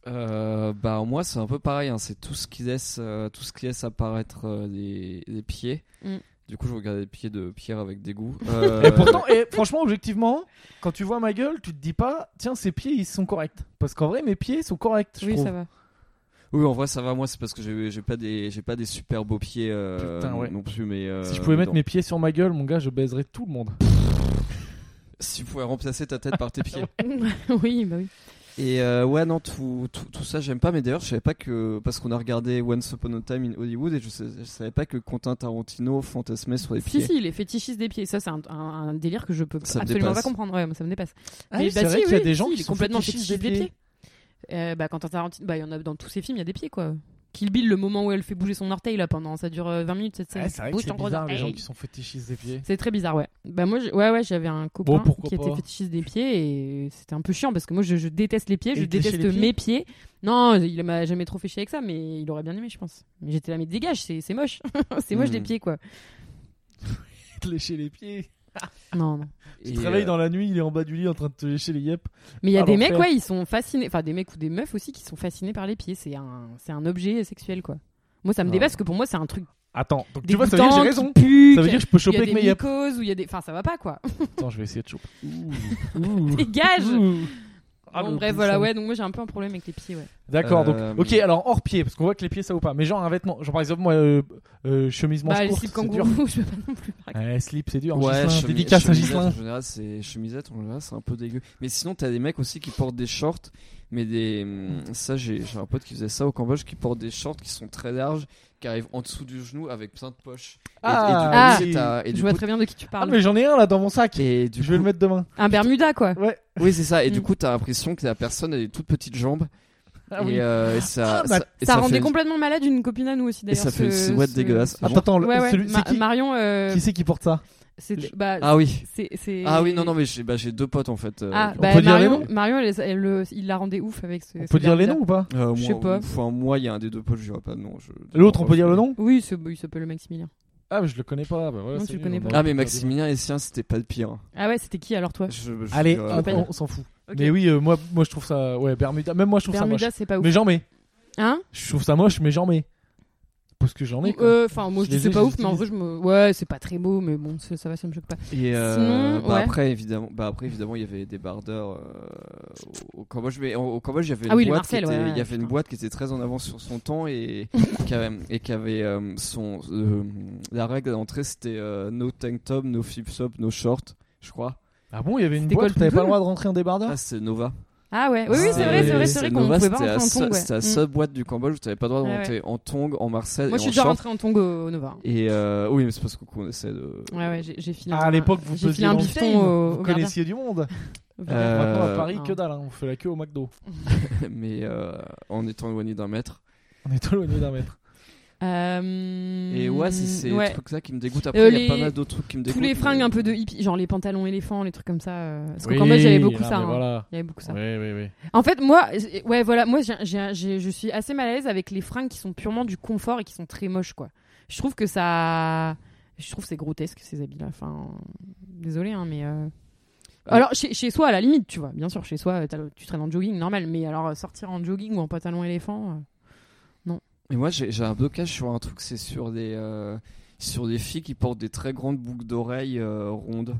[SPEAKER 3] Euh, bah moi c'est un peu pareil, hein. c'est tout ce qui laisse euh, tout ce qui laisse apparaître euh, des, des pieds.
[SPEAKER 2] Mm.
[SPEAKER 3] Du coup je regarde les pieds de Pierre avec dégoût. Euh,
[SPEAKER 1] Et pourtant, et franchement, objectivement, quand tu vois ma gueule, tu te dis pas, tiens, ses pieds, ils sont corrects. Parce qu'en vrai, mes pieds sont corrects, je
[SPEAKER 2] Oui,
[SPEAKER 1] trouve.
[SPEAKER 2] ça va.
[SPEAKER 3] oui en vrai ça va moi c'est parce que j'ai j'ai pas des j'ai pas des super beaux pieds euh,
[SPEAKER 1] Putain, ouais.
[SPEAKER 3] non plus mais euh,
[SPEAKER 1] Si je pouvais mettre
[SPEAKER 3] non.
[SPEAKER 1] mes pieds sur ma gueule, mon gars, je baiserais tout le monde.
[SPEAKER 3] Si vous pouvez remplacer ta tête par tes pieds.
[SPEAKER 2] oui, bah oui.
[SPEAKER 3] Et euh, ouais, non, tout, tout, tout ça, j'aime pas. Mais d'ailleurs, je savais pas que. Parce qu'on a regardé Once Upon a Time in Hollywood et je, sais- je savais pas que Quentin Tarantino fantasmait sur les
[SPEAKER 2] Si,
[SPEAKER 3] pieds.
[SPEAKER 2] si, les fétichistes des pieds. Ça, c'est un, un- un délire que je peux
[SPEAKER 3] Ça me
[SPEAKER 2] absolument pas
[SPEAKER 3] dépasse.
[SPEAKER 2] comprendre. Ouais, moi, ça me dépasse.
[SPEAKER 1] Ah
[SPEAKER 2] Mais
[SPEAKER 1] oui, c'est
[SPEAKER 2] bah
[SPEAKER 1] vrai
[SPEAKER 2] si,
[SPEAKER 1] qu'il y a
[SPEAKER 2] oui,
[SPEAKER 1] des
[SPEAKER 2] si,
[SPEAKER 1] gens
[SPEAKER 2] il
[SPEAKER 1] qui
[SPEAKER 2] est
[SPEAKER 1] sont
[SPEAKER 2] complètement
[SPEAKER 1] fétichistes
[SPEAKER 2] fétichiste des pieds. Euh, bah, quand Tarantino, bah, il y en a dans tous ses films, il y a des pieds, quoi. Kill Bill, le moment où elle fait bouger son orteil, là, pendant, ça dure euh, 20 minutes, cette scène.
[SPEAKER 1] Ouais, c'est vrai que
[SPEAKER 2] Bouge
[SPEAKER 1] c'est
[SPEAKER 2] ton gros
[SPEAKER 1] bizarre les gens
[SPEAKER 2] orteil.
[SPEAKER 1] qui sont fétichistes des pieds.
[SPEAKER 2] C'est très bizarre, ouais. Bah moi, j'ai- ouais, ouais, j'avais un copain
[SPEAKER 1] Bon, pourquoi
[SPEAKER 2] qui était
[SPEAKER 1] pas.
[SPEAKER 2] fétichiste des pieds et c'était un peu chiant parce que moi, je, je déteste les pieds,
[SPEAKER 1] Et
[SPEAKER 2] je
[SPEAKER 1] il te léchait
[SPEAKER 2] déteste
[SPEAKER 1] les pieds
[SPEAKER 2] mes pieds. Non, il m'a jamais trop fait chier avec ça, mais il aurait bien aimé, je pense. Mais j'étais là, mais dégage, c'est c'est moche, c'est moche
[SPEAKER 3] Hmm.
[SPEAKER 2] des pieds, quoi.
[SPEAKER 1] Te lécher les pieds.
[SPEAKER 2] Non, non.
[SPEAKER 1] Tu
[SPEAKER 3] Et,
[SPEAKER 1] te réveilles
[SPEAKER 3] euh,
[SPEAKER 1] dans la nuit, il est en bas du lit en train de te lécher les yep.
[SPEAKER 2] Mais il y a
[SPEAKER 1] Ah,
[SPEAKER 2] des mecs,
[SPEAKER 1] l'enfer.
[SPEAKER 2] ouais, ils sont fascinés, enfin des mecs ou des meufs aussi qui sont fascinés par les pieds. C'est un, c'est un objet sexuel, quoi. Moi, ça me
[SPEAKER 3] Ah.
[SPEAKER 2] dépasse parce que pour moi, c'est un truc.
[SPEAKER 1] Attends, donc tu
[SPEAKER 2] dégoûtant,
[SPEAKER 1] vois, ça veut dire que j'ai
[SPEAKER 2] qui
[SPEAKER 1] raison.
[SPEAKER 2] pue,
[SPEAKER 1] Ça veut
[SPEAKER 2] qui-
[SPEAKER 1] dire que je peux
[SPEAKER 2] il y
[SPEAKER 1] choper
[SPEAKER 2] a
[SPEAKER 1] avec
[SPEAKER 2] des
[SPEAKER 1] mes yep.
[SPEAKER 2] mycoses ou il y a des. Enfin, ça va pas, quoi.
[SPEAKER 1] Attends, je vais essayer de choper. Ouh.
[SPEAKER 2] Dégage
[SPEAKER 1] Ouh. Ah,
[SPEAKER 2] Bon,
[SPEAKER 1] le
[SPEAKER 2] bref,
[SPEAKER 1] bout
[SPEAKER 2] voilà,
[SPEAKER 1] de
[SPEAKER 2] ouais, donc moi, j'ai un peu un problème avec les pieds, ouais.
[SPEAKER 1] D'accord,
[SPEAKER 3] Euh,
[SPEAKER 1] donc ok, alors hors pied, parce qu'on voit que les pieds ça ou pas, mais genre un vêtement, genre par exemple moi, euh, euh, chemise manche
[SPEAKER 2] Bah, les
[SPEAKER 1] courte,
[SPEAKER 2] slips
[SPEAKER 1] c'est dur. Ah,
[SPEAKER 2] kangourous, je veux pas non plus. par exemple.
[SPEAKER 1] Ouais, slip, c'est dur.
[SPEAKER 3] euh, Ouais,
[SPEAKER 1] Gislin,
[SPEAKER 3] chemi-
[SPEAKER 1] dédicace à
[SPEAKER 3] chemisette, En
[SPEAKER 1] Gislin.
[SPEAKER 3] général, c'est chemisette, en général, c'est un peu dégueu. Mais sinon, t'as des mecs aussi qui portent des shorts, mais des. hum, Ça, j'ai j'ai un pote qui faisait ça au Cambodge, qui porte des shorts qui sont très larges, qui arrivent en dessous du genou avec plein de poches. Et-
[SPEAKER 1] Ah,
[SPEAKER 3] et, du coup,
[SPEAKER 1] oui.
[SPEAKER 3] t'as- et
[SPEAKER 2] Je
[SPEAKER 3] du
[SPEAKER 2] vois
[SPEAKER 3] coup,
[SPEAKER 2] très bien de qui tu
[SPEAKER 1] Ah,
[SPEAKER 2] parles.
[SPEAKER 1] mais j'en ai un là dans mon sac.
[SPEAKER 3] et
[SPEAKER 1] Je
[SPEAKER 3] du
[SPEAKER 1] vais
[SPEAKER 3] coup- Ah
[SPEAKER 1] le mettre demain.
[SPEAKER 2] Un Bermuda, quoi.
[SPEAKER 1] Ouais.
[SPEAKER 3] Oui, c'est ça. Et du
[SPEAKER 2] Mm.
[SPEAKER 3] coup, t'as l'impression que la personne a des toutes petites jambes.
[SPEAKER 1] Ah
[SPEAKER 3] et,
[SPEAKER 1] oui.
[SPEAKER 3] euh, et ça,
[SPEAKER 1] Ah, bah,
[SPEAKER 3] ça, et
[SPEAKER 2] ça,
[SPEAKER 3] ça
[SPEAKER 2] rendait
[SPEAKER 3] fait-
[SPEAKER 2] complètement malade une copine à nous aussi,
[SPEAKER 3] Et
[SPEAKER 2] d'ailleurs.
[SPEAKER 3] ça fait une
[SPEAKER 2] ce-
[SPEAKER 3] silhouette
[SPEAKER 2] ce-
[SPEAKER 3] dégueulasse.
[SPEAKER 1] Attends, attends, le-
[SPEAKER 2] Ouais, ouais.
[SPEAKER 1] celui-
[SPEAKER 2] Ma-
[SPEAKER 1] c'est qui
[SPEAKER 2] Marion, euh,
[SPEAKER 1] Qui c'est qui porte ça
[SPEAKER 2] c'était- bah,
[SPEAKER 3] Ah oui.
[SPEAKER 2] c'est- c'est-
[SPEAKER 3] Ah oui, non, non, mais j'ai bah, j'ai deux potes en fait. euh,
[SPEAKER 2] Ah,
[SPEAKER 3] qui-
[SPEAKER 2] bah,
[SPEAKER 1] peut dire les
[SPEAKER 2] Marion,
[SPEAKER 1] noms
[SPEAKER 2] Marion, elle- elle le- il la rendait ouf avec ce.
[SPEAKER 1] On
[SPEAKER 2] ce
[SPEAKER 1] peut dire les
[SPEAKER 2] Bermuda.
[SPEAKER 1] noms ou pas
[SPEAKER 3] Euh,
[SPEAKER 2] je
[SPEAKER 3] moi,
[SPEAKER 2] sais pas.
[SPEAKER 3] Enfin, moi, il y a un des deux potes, je dirais pas de nom. je-
[SPEAKER 1] L'autre, on peut dire le nom
[SPEAKER 2] Oui, ce- il s'appelle le Maximilien.
[SPEAKER 1] Ah, mais je le connais pas. Bah, voilà,
[SPEAKER 2] Non,
[SPEAKER 1] c'est
[SPEAKER 2] tu le
[SPEAKER 1] lui,
[SPEAKER 2] connais
[SPEAKER 1] on
[SPEAKER 2] pas.
[SPEAKER 1] a-
[SPEAKER 3] Ah, mais Maximilien et Sien, c'était pas le pire.
[SPEAKER 2] Ah ouais, c'était qui alors toi
[SPEAKER 3] Je- je
[SPEAKER 1] Allez,
[SPEAKER 3] dirais-
[SPEAKER 1] hop,
[SPEAKER 2] pas.
[SPEAKER 1] on, on s'en fout.
[SPEAKER 2] Ok.
[SPEAKER 1] Mais oui, euh, moi, moi je trouve ça. Ouais, Bermuda. Même moi je trouve ça
[SPEAKER 2] Bermuda,
[SPEAKER 1] moche.
[SPEAKER 2] c'est pas ouf.
[SPEAKER 1] Mais j'en mets.
[SPEAKER 2] Hein
[SPEAKER 1] Je trouve ça moche, mais j'en mets. Parce que j'en ai. quoi.
[SPEAKER 2] Euh, Enfin, moi
[SPEAKER 1] Je
[SPEAKER 2] je dis
[SPEAKER 1] les
[SPEAKER 2] c'est
[SPEAKER 1] ai,
[SPEAKER 2] pas
[SPEAKER 1] je
[SPEAKER 2] ouf,
[SPEAKER 1] les
[SPEAKER 2] mais en vrai, je me. Ouais, c'est pas très beau, mais bon, ça ça va, ça me choque pas.
[SPEAKER 3] Et euh,
[SPEAKER 2] Sinon,
[SPEAKER 3] bah
[SPEAKER 2] ouais.
[SPEAKER 3] après évidemment, bah après évidemment, il y avait des bardeurs euh, au- au Cambodge, mais au, au Cambodge, il y avait
[SPEAKER 2] Ah oui,
[SPEAKER 3] une
[SPEAKER 2] le
[SPEAKER 3] boîte,
[SPEAKER 2] Marcel,
[SPEAKER 3] qui était,
[SPEAKER 2] ouais, ouais,
[SPEAKER 3] il y avait une
[SPEAKER 2] putain.
[SPEAKER 3] boîte qui était très en avance sur son temps et qui avait, et qui avait euh, son euh, la règle à l'entrée, c'était euh, no tank top, no flip flop, no short, je crois.
[SPEAKER 1] Ah bon, il y avait une
[SPEAKER 2] C'était
[SPEAKER 1] boîte,
[SPEAKER 2] Golden
[SPEAKER 1] t'avais pas le
[SPEAKER 2] Girl
[SPEAKER 1] droit de rentrer en débardeur
[SPEAKER 3] Ah, c'est Nova.
[SPEAKER 2] Ah ouais, oui, oui, c'est
[SPEAKER 1] Ah,
[SPEAKER 2] vrai, c'est vrai,
[SPEAKER 1] c'est
[SPEAKER 2] c'est vrai qu'on
[SPEAKER 3] Nova,
[SPEAKER 2] pouvait pas
[SPEAKER 3] c'était la
[SPEAKER 2] rentrer en
[SPEAKER 3] seule-
[SPEAKER 2] tongs. ouais.
[SPEAKER 3] C'était la
[SPEAKER 2] Mm.
[SPEAKER 3] seule boîte du Cambodge où t'avais pas le droit de
[SPEAKER 2] Ah ouais.
[SPEAKER 3] rentrer en tongs, en Marcel
[SPEAKER 2] Moi,
[SPEAKER 3] et
[SPEAKER 2] je
[SPEAKER 3] en
[SPEAKER 2] suis déjà
[SPEAKER 3] short.
[SPEAKER 2] rentrée en tongs au au Nova.
[SPEAKER 3] Et euh, oui, mais c'est parce qu'on essaie de.
[SPEAKER 2] Ouais, ouais, j'ai j'ai filé.
[SPEAKER 1] Ah,
[SPEAKER 2] un-
[SPEAKER 1] à l'époque, vous
[SPEAKER 2] j'ai
[SPEAKER 1] faisiez
[SPEAKER 2] filé un
[SPEAKER 1] dans le
[SPEAKER 2] bifton
[SPEAKER 1] time,
[SPEAKER 2] au,
[SPEAKER 1] Vous
[SPEAKER 2] au
[SPEAKER 1] connaissiez du monde.
[SPEAKER 2] gardien.
[SPEAKER 3] Euh,
[SPEAKER 1] Maintenant à Paris,
[SPEAKER 2] non.
[SPEAKER 1] que dalle. hein, On fait la queue au McDo.
[SPEAKER 3] mais euh, en étant éloigné d'un mètre.
[SPEAKER 1] On est éloigné d'un mètre.
[SPEAKER 2] Euh,
[SPEAKER 3] Et ouais, c'est ces euh,
[SPEAKER 2] ouais.
[SPEAKER 3] trucs-là qui me dégoûtent. Après,
[SPEAKER 2] Euh,
[SPEAKER 3] il y
[SPEAKER 2] les-
[SPEAKER 3] a pas mal d'autres trucs qui me
[SPEAKER 2] Tous
[SPEAKER 3] dégoûtent.
[SPEAKER 2] les fringues
[SPEAKER 3] mais-
[SPEAKER 2] un peu de hippie, genre les pantalons éléphants, les trucs comme ça. euh, Parce qu'au
[SPEAKER 1] Oui,
[SPEAKER 2] Cambodge, il y avait beaucoup
[SPEAKER 1] ah,
[SPEAKER 2] ça.
[SPEAKER 1] mais
[SPEAKER 2] hein.
[SPEAKER 1] Voilà.
[SPEAKER 2] Il y avait beaucoup ça.
[SPEAKER 1] Oui, oui, oui.
[SPEAKER 2] En fait, moi, j'ai- ouais, voilà, moi, j'ai- j'ai- j'ai- je suis assez mal à l'aise avec les fringues qui sont purement du confort et qui sont très moches, quoi. Je trouve que ça, je trouve que c'est grotesque ces habits-là. Enfin, désolé, hein, mais euh,
[SPEAKER 3] Ah.
[SPEAKER 2] alors chez, chez soi, à la limite, tu vois, bien sûr, chez soi, t'as le- tu traînes en jogging, normal. Mais alors euh, sortir en jogging ou en pantalon éléphant, euh,
[SPEAKER 3] Et moi, j'ai j'ai un blocage sur un truc, c'est sur des. euh, Sur des filles qui portent des très grandes boucles d'oreilles euh, rondes.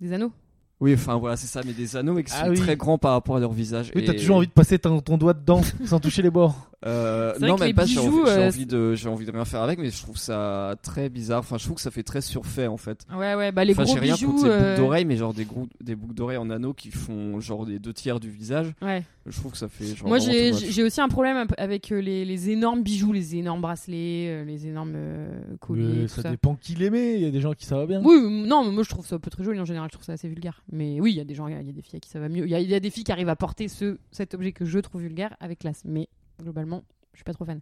[SPEAKER 2] des anneaux.
[SPEAKER 3] Oui, enfin voilà, c'est ça, mais des anneaux et qui
[SPEAKER 1] Ah
[SPEAKER 3] sont
[SPEAKER 1] oui.
[SPEAKER 3] très grands par rapport à leur visage.
[SPEAKER 1] Oui,
[SPEAKER 3] Et-
[SPEAKER 1] t'as toujours envie de passer ton, ton doigt dedans sans toucher les bords.
[SPEAKER 3] Euh,
[SPEAKER 2] C'est vrai
[SPEAKER 3] non,
[SPEAKER 2] que les
[SPEAKER 3] même pas, j'ai
[SPEAKER 2] bijoux,
[SPEAKER 3] envie, j'ai
[SPEAKER 2] euh,
[SPEAKER 3] envie de, j'ai envie de rien faire avec, mais je trouve ça très bizarre. Enfin, je trouve que ça fait très surfait en fait.
[SPEAKER 2] Ouais, ouais, bah les
[SPEAKER 3] enfin,
[SPEAKER 2] gros
[SPEAKER 3] j'ai rien
[SPEAKER 2] bijoux.
[SPEAKER 3] contre ces
[SPEAKER 2] euh,
[SPEAKER 3] boucles d'oreilles, mais genre des, grou- des boucles d'oreilles en anneaux qui font genre des deux tiers du visage.
[SPEAKER 2] ouais.
[SPEAKER 3] Je trouve que ça fait. Genre,
[SPEAKER 2] Moi,
[SPEAKER 3] vraiment
[SPEAKER 2] j'ai
[SPEAKER 3] too much.
[SPEAKER 2] j'ai aussi un problème ap- avec euh, les, les énormes bijoux, les énormes bracelets, euh, les énormes euh, colliers.
[SPEAKER 1] Mais
[SPEAKER 2] tout
[SPEAKER 1] ça,
[SPEAKER 2] ça.
[SPEAKER 1] dépend qui l'aimait. Il y a des gens qui ça va bien.
[SPEAKER 2] Oui, m- non, mais moi je trouve ça pas très joli en général, je trouve ça assez vulgaire. Mais oui, il y a des gens, il y a des filles à qui ça va mieux. Il y, a- il y a des filles qui arrivent à porter ce, cet objet que je trouve vulgaire avec classe. Mais globalement, je suis pas trop fan.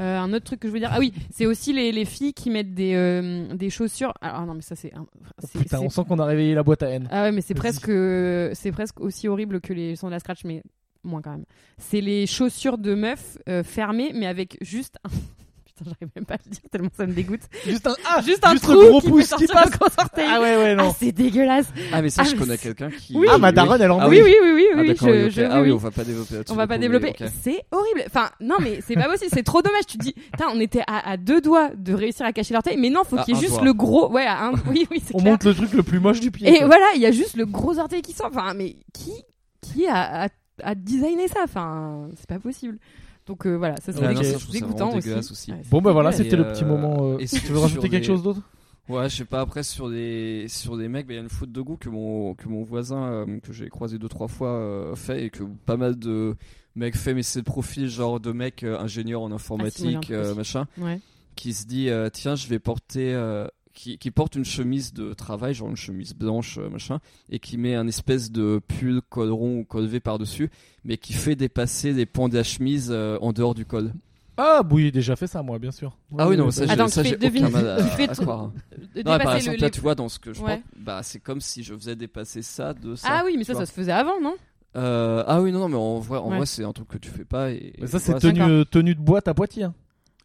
[SPEAKER 2] Euh, un autre truc que je veux dire, ah oui, c'est aussi les, les filles qui mettent des, euh, des chaussures. Ah non, mais ça c'est. un-
[SPEAKER 1] Oh,
[SPEAKER 2] c'est-
[SPEAKER 1] putain,
[SPEAKER 2] c'est-
[SPEAKER 1] on sent qu'on a réveillé la boîte à haine.
[SPEAKER 2] Ah ouais, mais c'est
[SPEAKER 1] Vas-y.
[SPEAKER 2] presque, euh, c'est presque aussi horrible que les sons de la scratch, mais moins quand même. C'est les chaussures de meuf euh, fermées, mais avec juste un. Putain, j'arrive même pas à le dire tellement ça me dégoûte.
[SPEAKER 1] Juste un, ah,
[SPEAKER 2] Juste un
[SPEAKER 1] le
[SPEAKER 2] trou
[SPEAKER 1] gros
[SPEAKER 2] qui fait
[SPEAKER 1] pouce qui
[SPEAKER 2] sortir
[SPEAKER 1] passe.
[SPEAKER 2] le gros orteil.
[SPEAKER 1] Ah ouais, ouais,
[SPEAKER 2] Ah,
[SPEAKER 1] non.
[SPEAKER 2] c'est dégueulasse.
[SPEAKER 3] Ah, mais ça,
[SPEAKER 2] Ah,
[SPEAKER 3] je
[SPEAKER 2] mais
[SPEAKER 3] connais
[SPEAKER 2] c'est-
[SPEAKER 3] quelqu'un qui.
[SPEAKER 2] Oui.
[SPEAKER 1] Ah, ma daronne, elle en
[SPEAKER 3] Ah
[SPEAKER 2] oui,
[SPEAKER 1] brille.
[SPEAKER 2] oui, oui, oui,
[SPEAKER 3] Ah,
[SPEAKER 2] oui,
[SPEAKER 3] d'accord,
[SPEAKER 2] je-
[SPEAKER 3] oui, ok.
[SPEAKER 2] je-
[SPEAKER 3] Ah
[SPEAKER 2] oui,
[SPEAKER 3] oui,
[SPEAKER 2] oui.
[SPEAKER 3] on va pas développer là-dessus.
[SPEAKER 2] On va
[SPEAKER 3] du
[SPEAKER 2] pas
[SPEAKER 3] coup,
[SPEAKER 2] développer.
[SPEAKER 3] mais ok.
[SPEAKER 2] C'est horrible. Enfin, non, mais c'est pas possible. C'est trop dommage. Tu te dis, putain, on était à, à deux doigts de réussir à cacher l'orteil, mais non, faut
[SPEAKER 3] À
[SPEAKER 2] qu'il y ait
[SPEAKER 3] Ah, un
[SPEAKER 2] juste
[SPEAKER 3] doigt.
[SPEAKER 2] le gros. Ouais, à un. Oui, oui, c'est
[SPEAKER 1] On
[SPEAKER 2] clair.
[SPEAKER 1] monte le truc le plus moche du pied.
[SPEAKER 2] Et
[SPEAKER 1] quoi.
[SPEAKER 2] voilà, il y a juste le gros orteil qui sort. Enfin, mais qui, qui a, a, a designé ça Enfin, c'est pas possible. Donc euh, voilà, ça c'est
[SPEAKER 1] Ouais,
[SPEAKER 3] Ah,
[SPEAKER 1] non,
[SPEAKER 2] dégueu-
[SPEAKER 1] ça, je
[SPEAKER 3] trouve ça
[SPEAKER 2] dégoûtant
[SPEAKER 3] vraiment
[SPEAKER 2] aussi.
[SPEAKER 3] dégueulasse aussi.
[SPEAKER 2] Ouais, c'est
[SPEAKER 1] Bon, bah voilà,
[SPEAKER 2] dégueulasse.
[SPEAKER 1] c'était
[SPEAKER 3] Et,
[SPEAKER 1] le petit
[SPEAKER 3] euh,
[SPEAKER 1] moment. euh,
[SPEAKER 3] et
[SPEAKER 1] Tu
[SPEAKER 3] sur-
[SPEAKER 1] veux rajouter
[SPEAKER 3] sur
[SPEAKER 1] quelque
[SPEAKER 3] les-
[SPEAKER 1] chose d'autre
[SPEAKER 3] Ouais, je sais pas. Après, sur des, sur des mecs, bah, il y a une faute de goût que mon, que mon voisin, euh, que j'ai croisé deux, trois fois, euh, fait et que pas mal de mecs fait, mais c'est le profil genre de mec euh, ingénieur
[SPEAKER 2] Ah,
[SPEAKER 3] en informatique,
[SPEAKER 2] moyen,
[SPEAKER 3] euh,
[SPEAKER 2] aussi.
[SPEAKER 3] machin,
[SPEAKER 2] Ouais.
[SPEAKER 3] qui se dit, euh, tiens, je vais porter. euh, qui, qui porte une chemise de travail, genre une chemise blanche, euh, machin, et qui met un espèce de pull col rond ou col V par-dessus, mais qui fait dépasser les pans de la chemise euh, en dehors du col.
[SPEAKER 1] Ah, oui, déjà fait ça, moi, bien sûr.
[SPEAKER 3] Ah oui, non, ça,
[SPEAKER 1] ça
[SPEAKER 3] j'ai-
[SPEAKER 2] Euh, bah, Attends,
[SPEAKER 3] ça,
[SPEAKER 2] tu
[SPEAKER 3] j'ai
[SPEAKER 2] fais- devine-
[SPEAKER 3] aucun mal à,
[SPEAKER 2] tu fais
[SPEAKER 3] à
[SPEAKER 2] ton-
[SPEAKER 3] croire.
[SPEAKER 2] Euh,
[SPEAKER 3] Non, par
[SPEAKER 2] dépasser
[SPEAKER 3] exemple,
[SPEAKER 2] le-
[SPEAKER 3] là,
[SPEAKER 2] les-
[SPEAKER 3] tu vois, dans ce que je
[SPEAKER 2] Ouais.
[SPEAKER 3] porte, bah, c'est comme si je faisais dépasser ça de ça.
[SPEAKER 2] Ah oui, mais ça,
[SPEAKER 3] tu
[SPEAKER 2] ça se faisait avant, non
[SPEAKER 3] vois. Euh, ah oui, non, non, mais en vrai, en
[SPEAKER 2] Ouais.
[SPEAKER 3] vrai c'est un truc que tu fais pas. Et,
[SPEAKER 1] Mais ça,
[SPEAKER 3] et
[SPEAKER 1] c'est
[SPEAKER 3] voilà,
[SPEAKER 1] tenue,
[SPEAKER 2] d'accord.
[SPEAKER 1] euh, tenue de boîte à Poitiers. hein.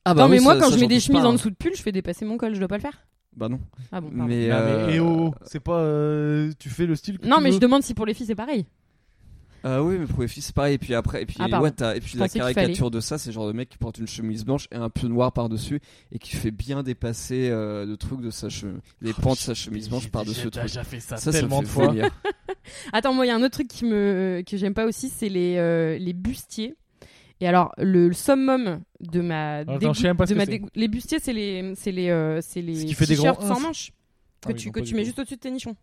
[SPEAKER 3] Ah
[SPEAKER 2] Non, mais
[SPEAKER 3] oui,
[SPEAKER 2] moi,
[SPEAKER 3] ça-
[SPEAKER 2] quand
[SPEAKER 3] ça,
[SPEAKER 2] je
[SPEAKER 3] j'en
[SPEAKER 2] mets des
[SPEAKER 3] doute
[SPEAKER 2] chemises
[SPEAKER 3] pas,
[SPEAKER 2] en
[SPEAKER 3] hein.
[SPEAKER 2] dessous de pull, je fais dépasser mon col, je dois pas le faire
[SPEAKER 3] Bah non.
[SPEAKER 2] Ah bon, pardon.
[SPEAKER 3] Mais,
[SPEAKER 1] Ah,
[SPEAKER 3] euh,
[SPEAKER 1] mais eh oh, c'est pas. euh, tu fais le style que
[SPEAKER 2] Non,
[SPEAKER 1] tu
[SPEAKER 2] mais
[SPEAKER 1] veux.
[SPEAKER 2] je demande si pour les filles c'est pareil.
[SPEAKER 3] Ah oui, mais pour les filles, c'est pareil. Et puis après, et puis,
[SPEAKER 2] Ah, pardon.
[SPEAKER 3] ouais, t'as- et puis
[SPEAKER 2] Je
[SPEAKER 3] la
[SPEAKER 2] pensais qu'il
[SPEAKER 3] caricature de ça, c'est le genre de mec qui porte une chemise blanche et un pull noir par-dessus et qui fait bien dépasser euh, le truc de sa chemise,
[SPEAKER 2] Oh,
[SPEAKER 3] les pans de sa chemise blanche par-dessus le
[SPEAKER 1] J'ai
[SPEAKER 3] truc.
[SPEAKER 1] déjà fait ça,
[SPEAKER 3] Ça, ça
[SPEAKER 1] tellement
[SPEAKER 3] me
[SPEAKER 1] de
[SPEAKER 3] fait
[SPEAKER 1] fois.
[SPEAKER 3] vomir.
[SPEAKER 2] Attends, moi, il y a un autre truc qui me... que j'aime pas aussi, c'est les, euh, les bustiers. Et alors, le, le summum de ma.
[SPEAKER 1] Attends,
[SPEAKER 2] dégoût-
[SPEAKER 1] je sais même pas ce
[SPEAKER 2] de
[SPEAKER 1] que
[SPEAKER 2] ma
[SPEAKER 1] c'est.
[SPEAKER 2] dégoût- Les bustiers, c'est les, c'est les, euh, c'est les
[SPEAKER 1] Ce qui fait des
[SPEAKER 2] t-shirts
[SPEAKER 1] grands
[SPEAKER 2] sans
[SPEAKER 1] ins.
[SPEAKER 2] manches que
[SPEAKER 1] Ah oui,
[SPEAKER 2] tu,
[SPEAKER 1] non,
[SPEAKER 2] que
[SPEAKER 1] pas
[SPEAKER 2] tu
[SPEAKER 1] du
[SPEAKER 2] mets
[SPEAKER 1] tout.
[SPEAKER 2] juste au-dessus de tes nichons.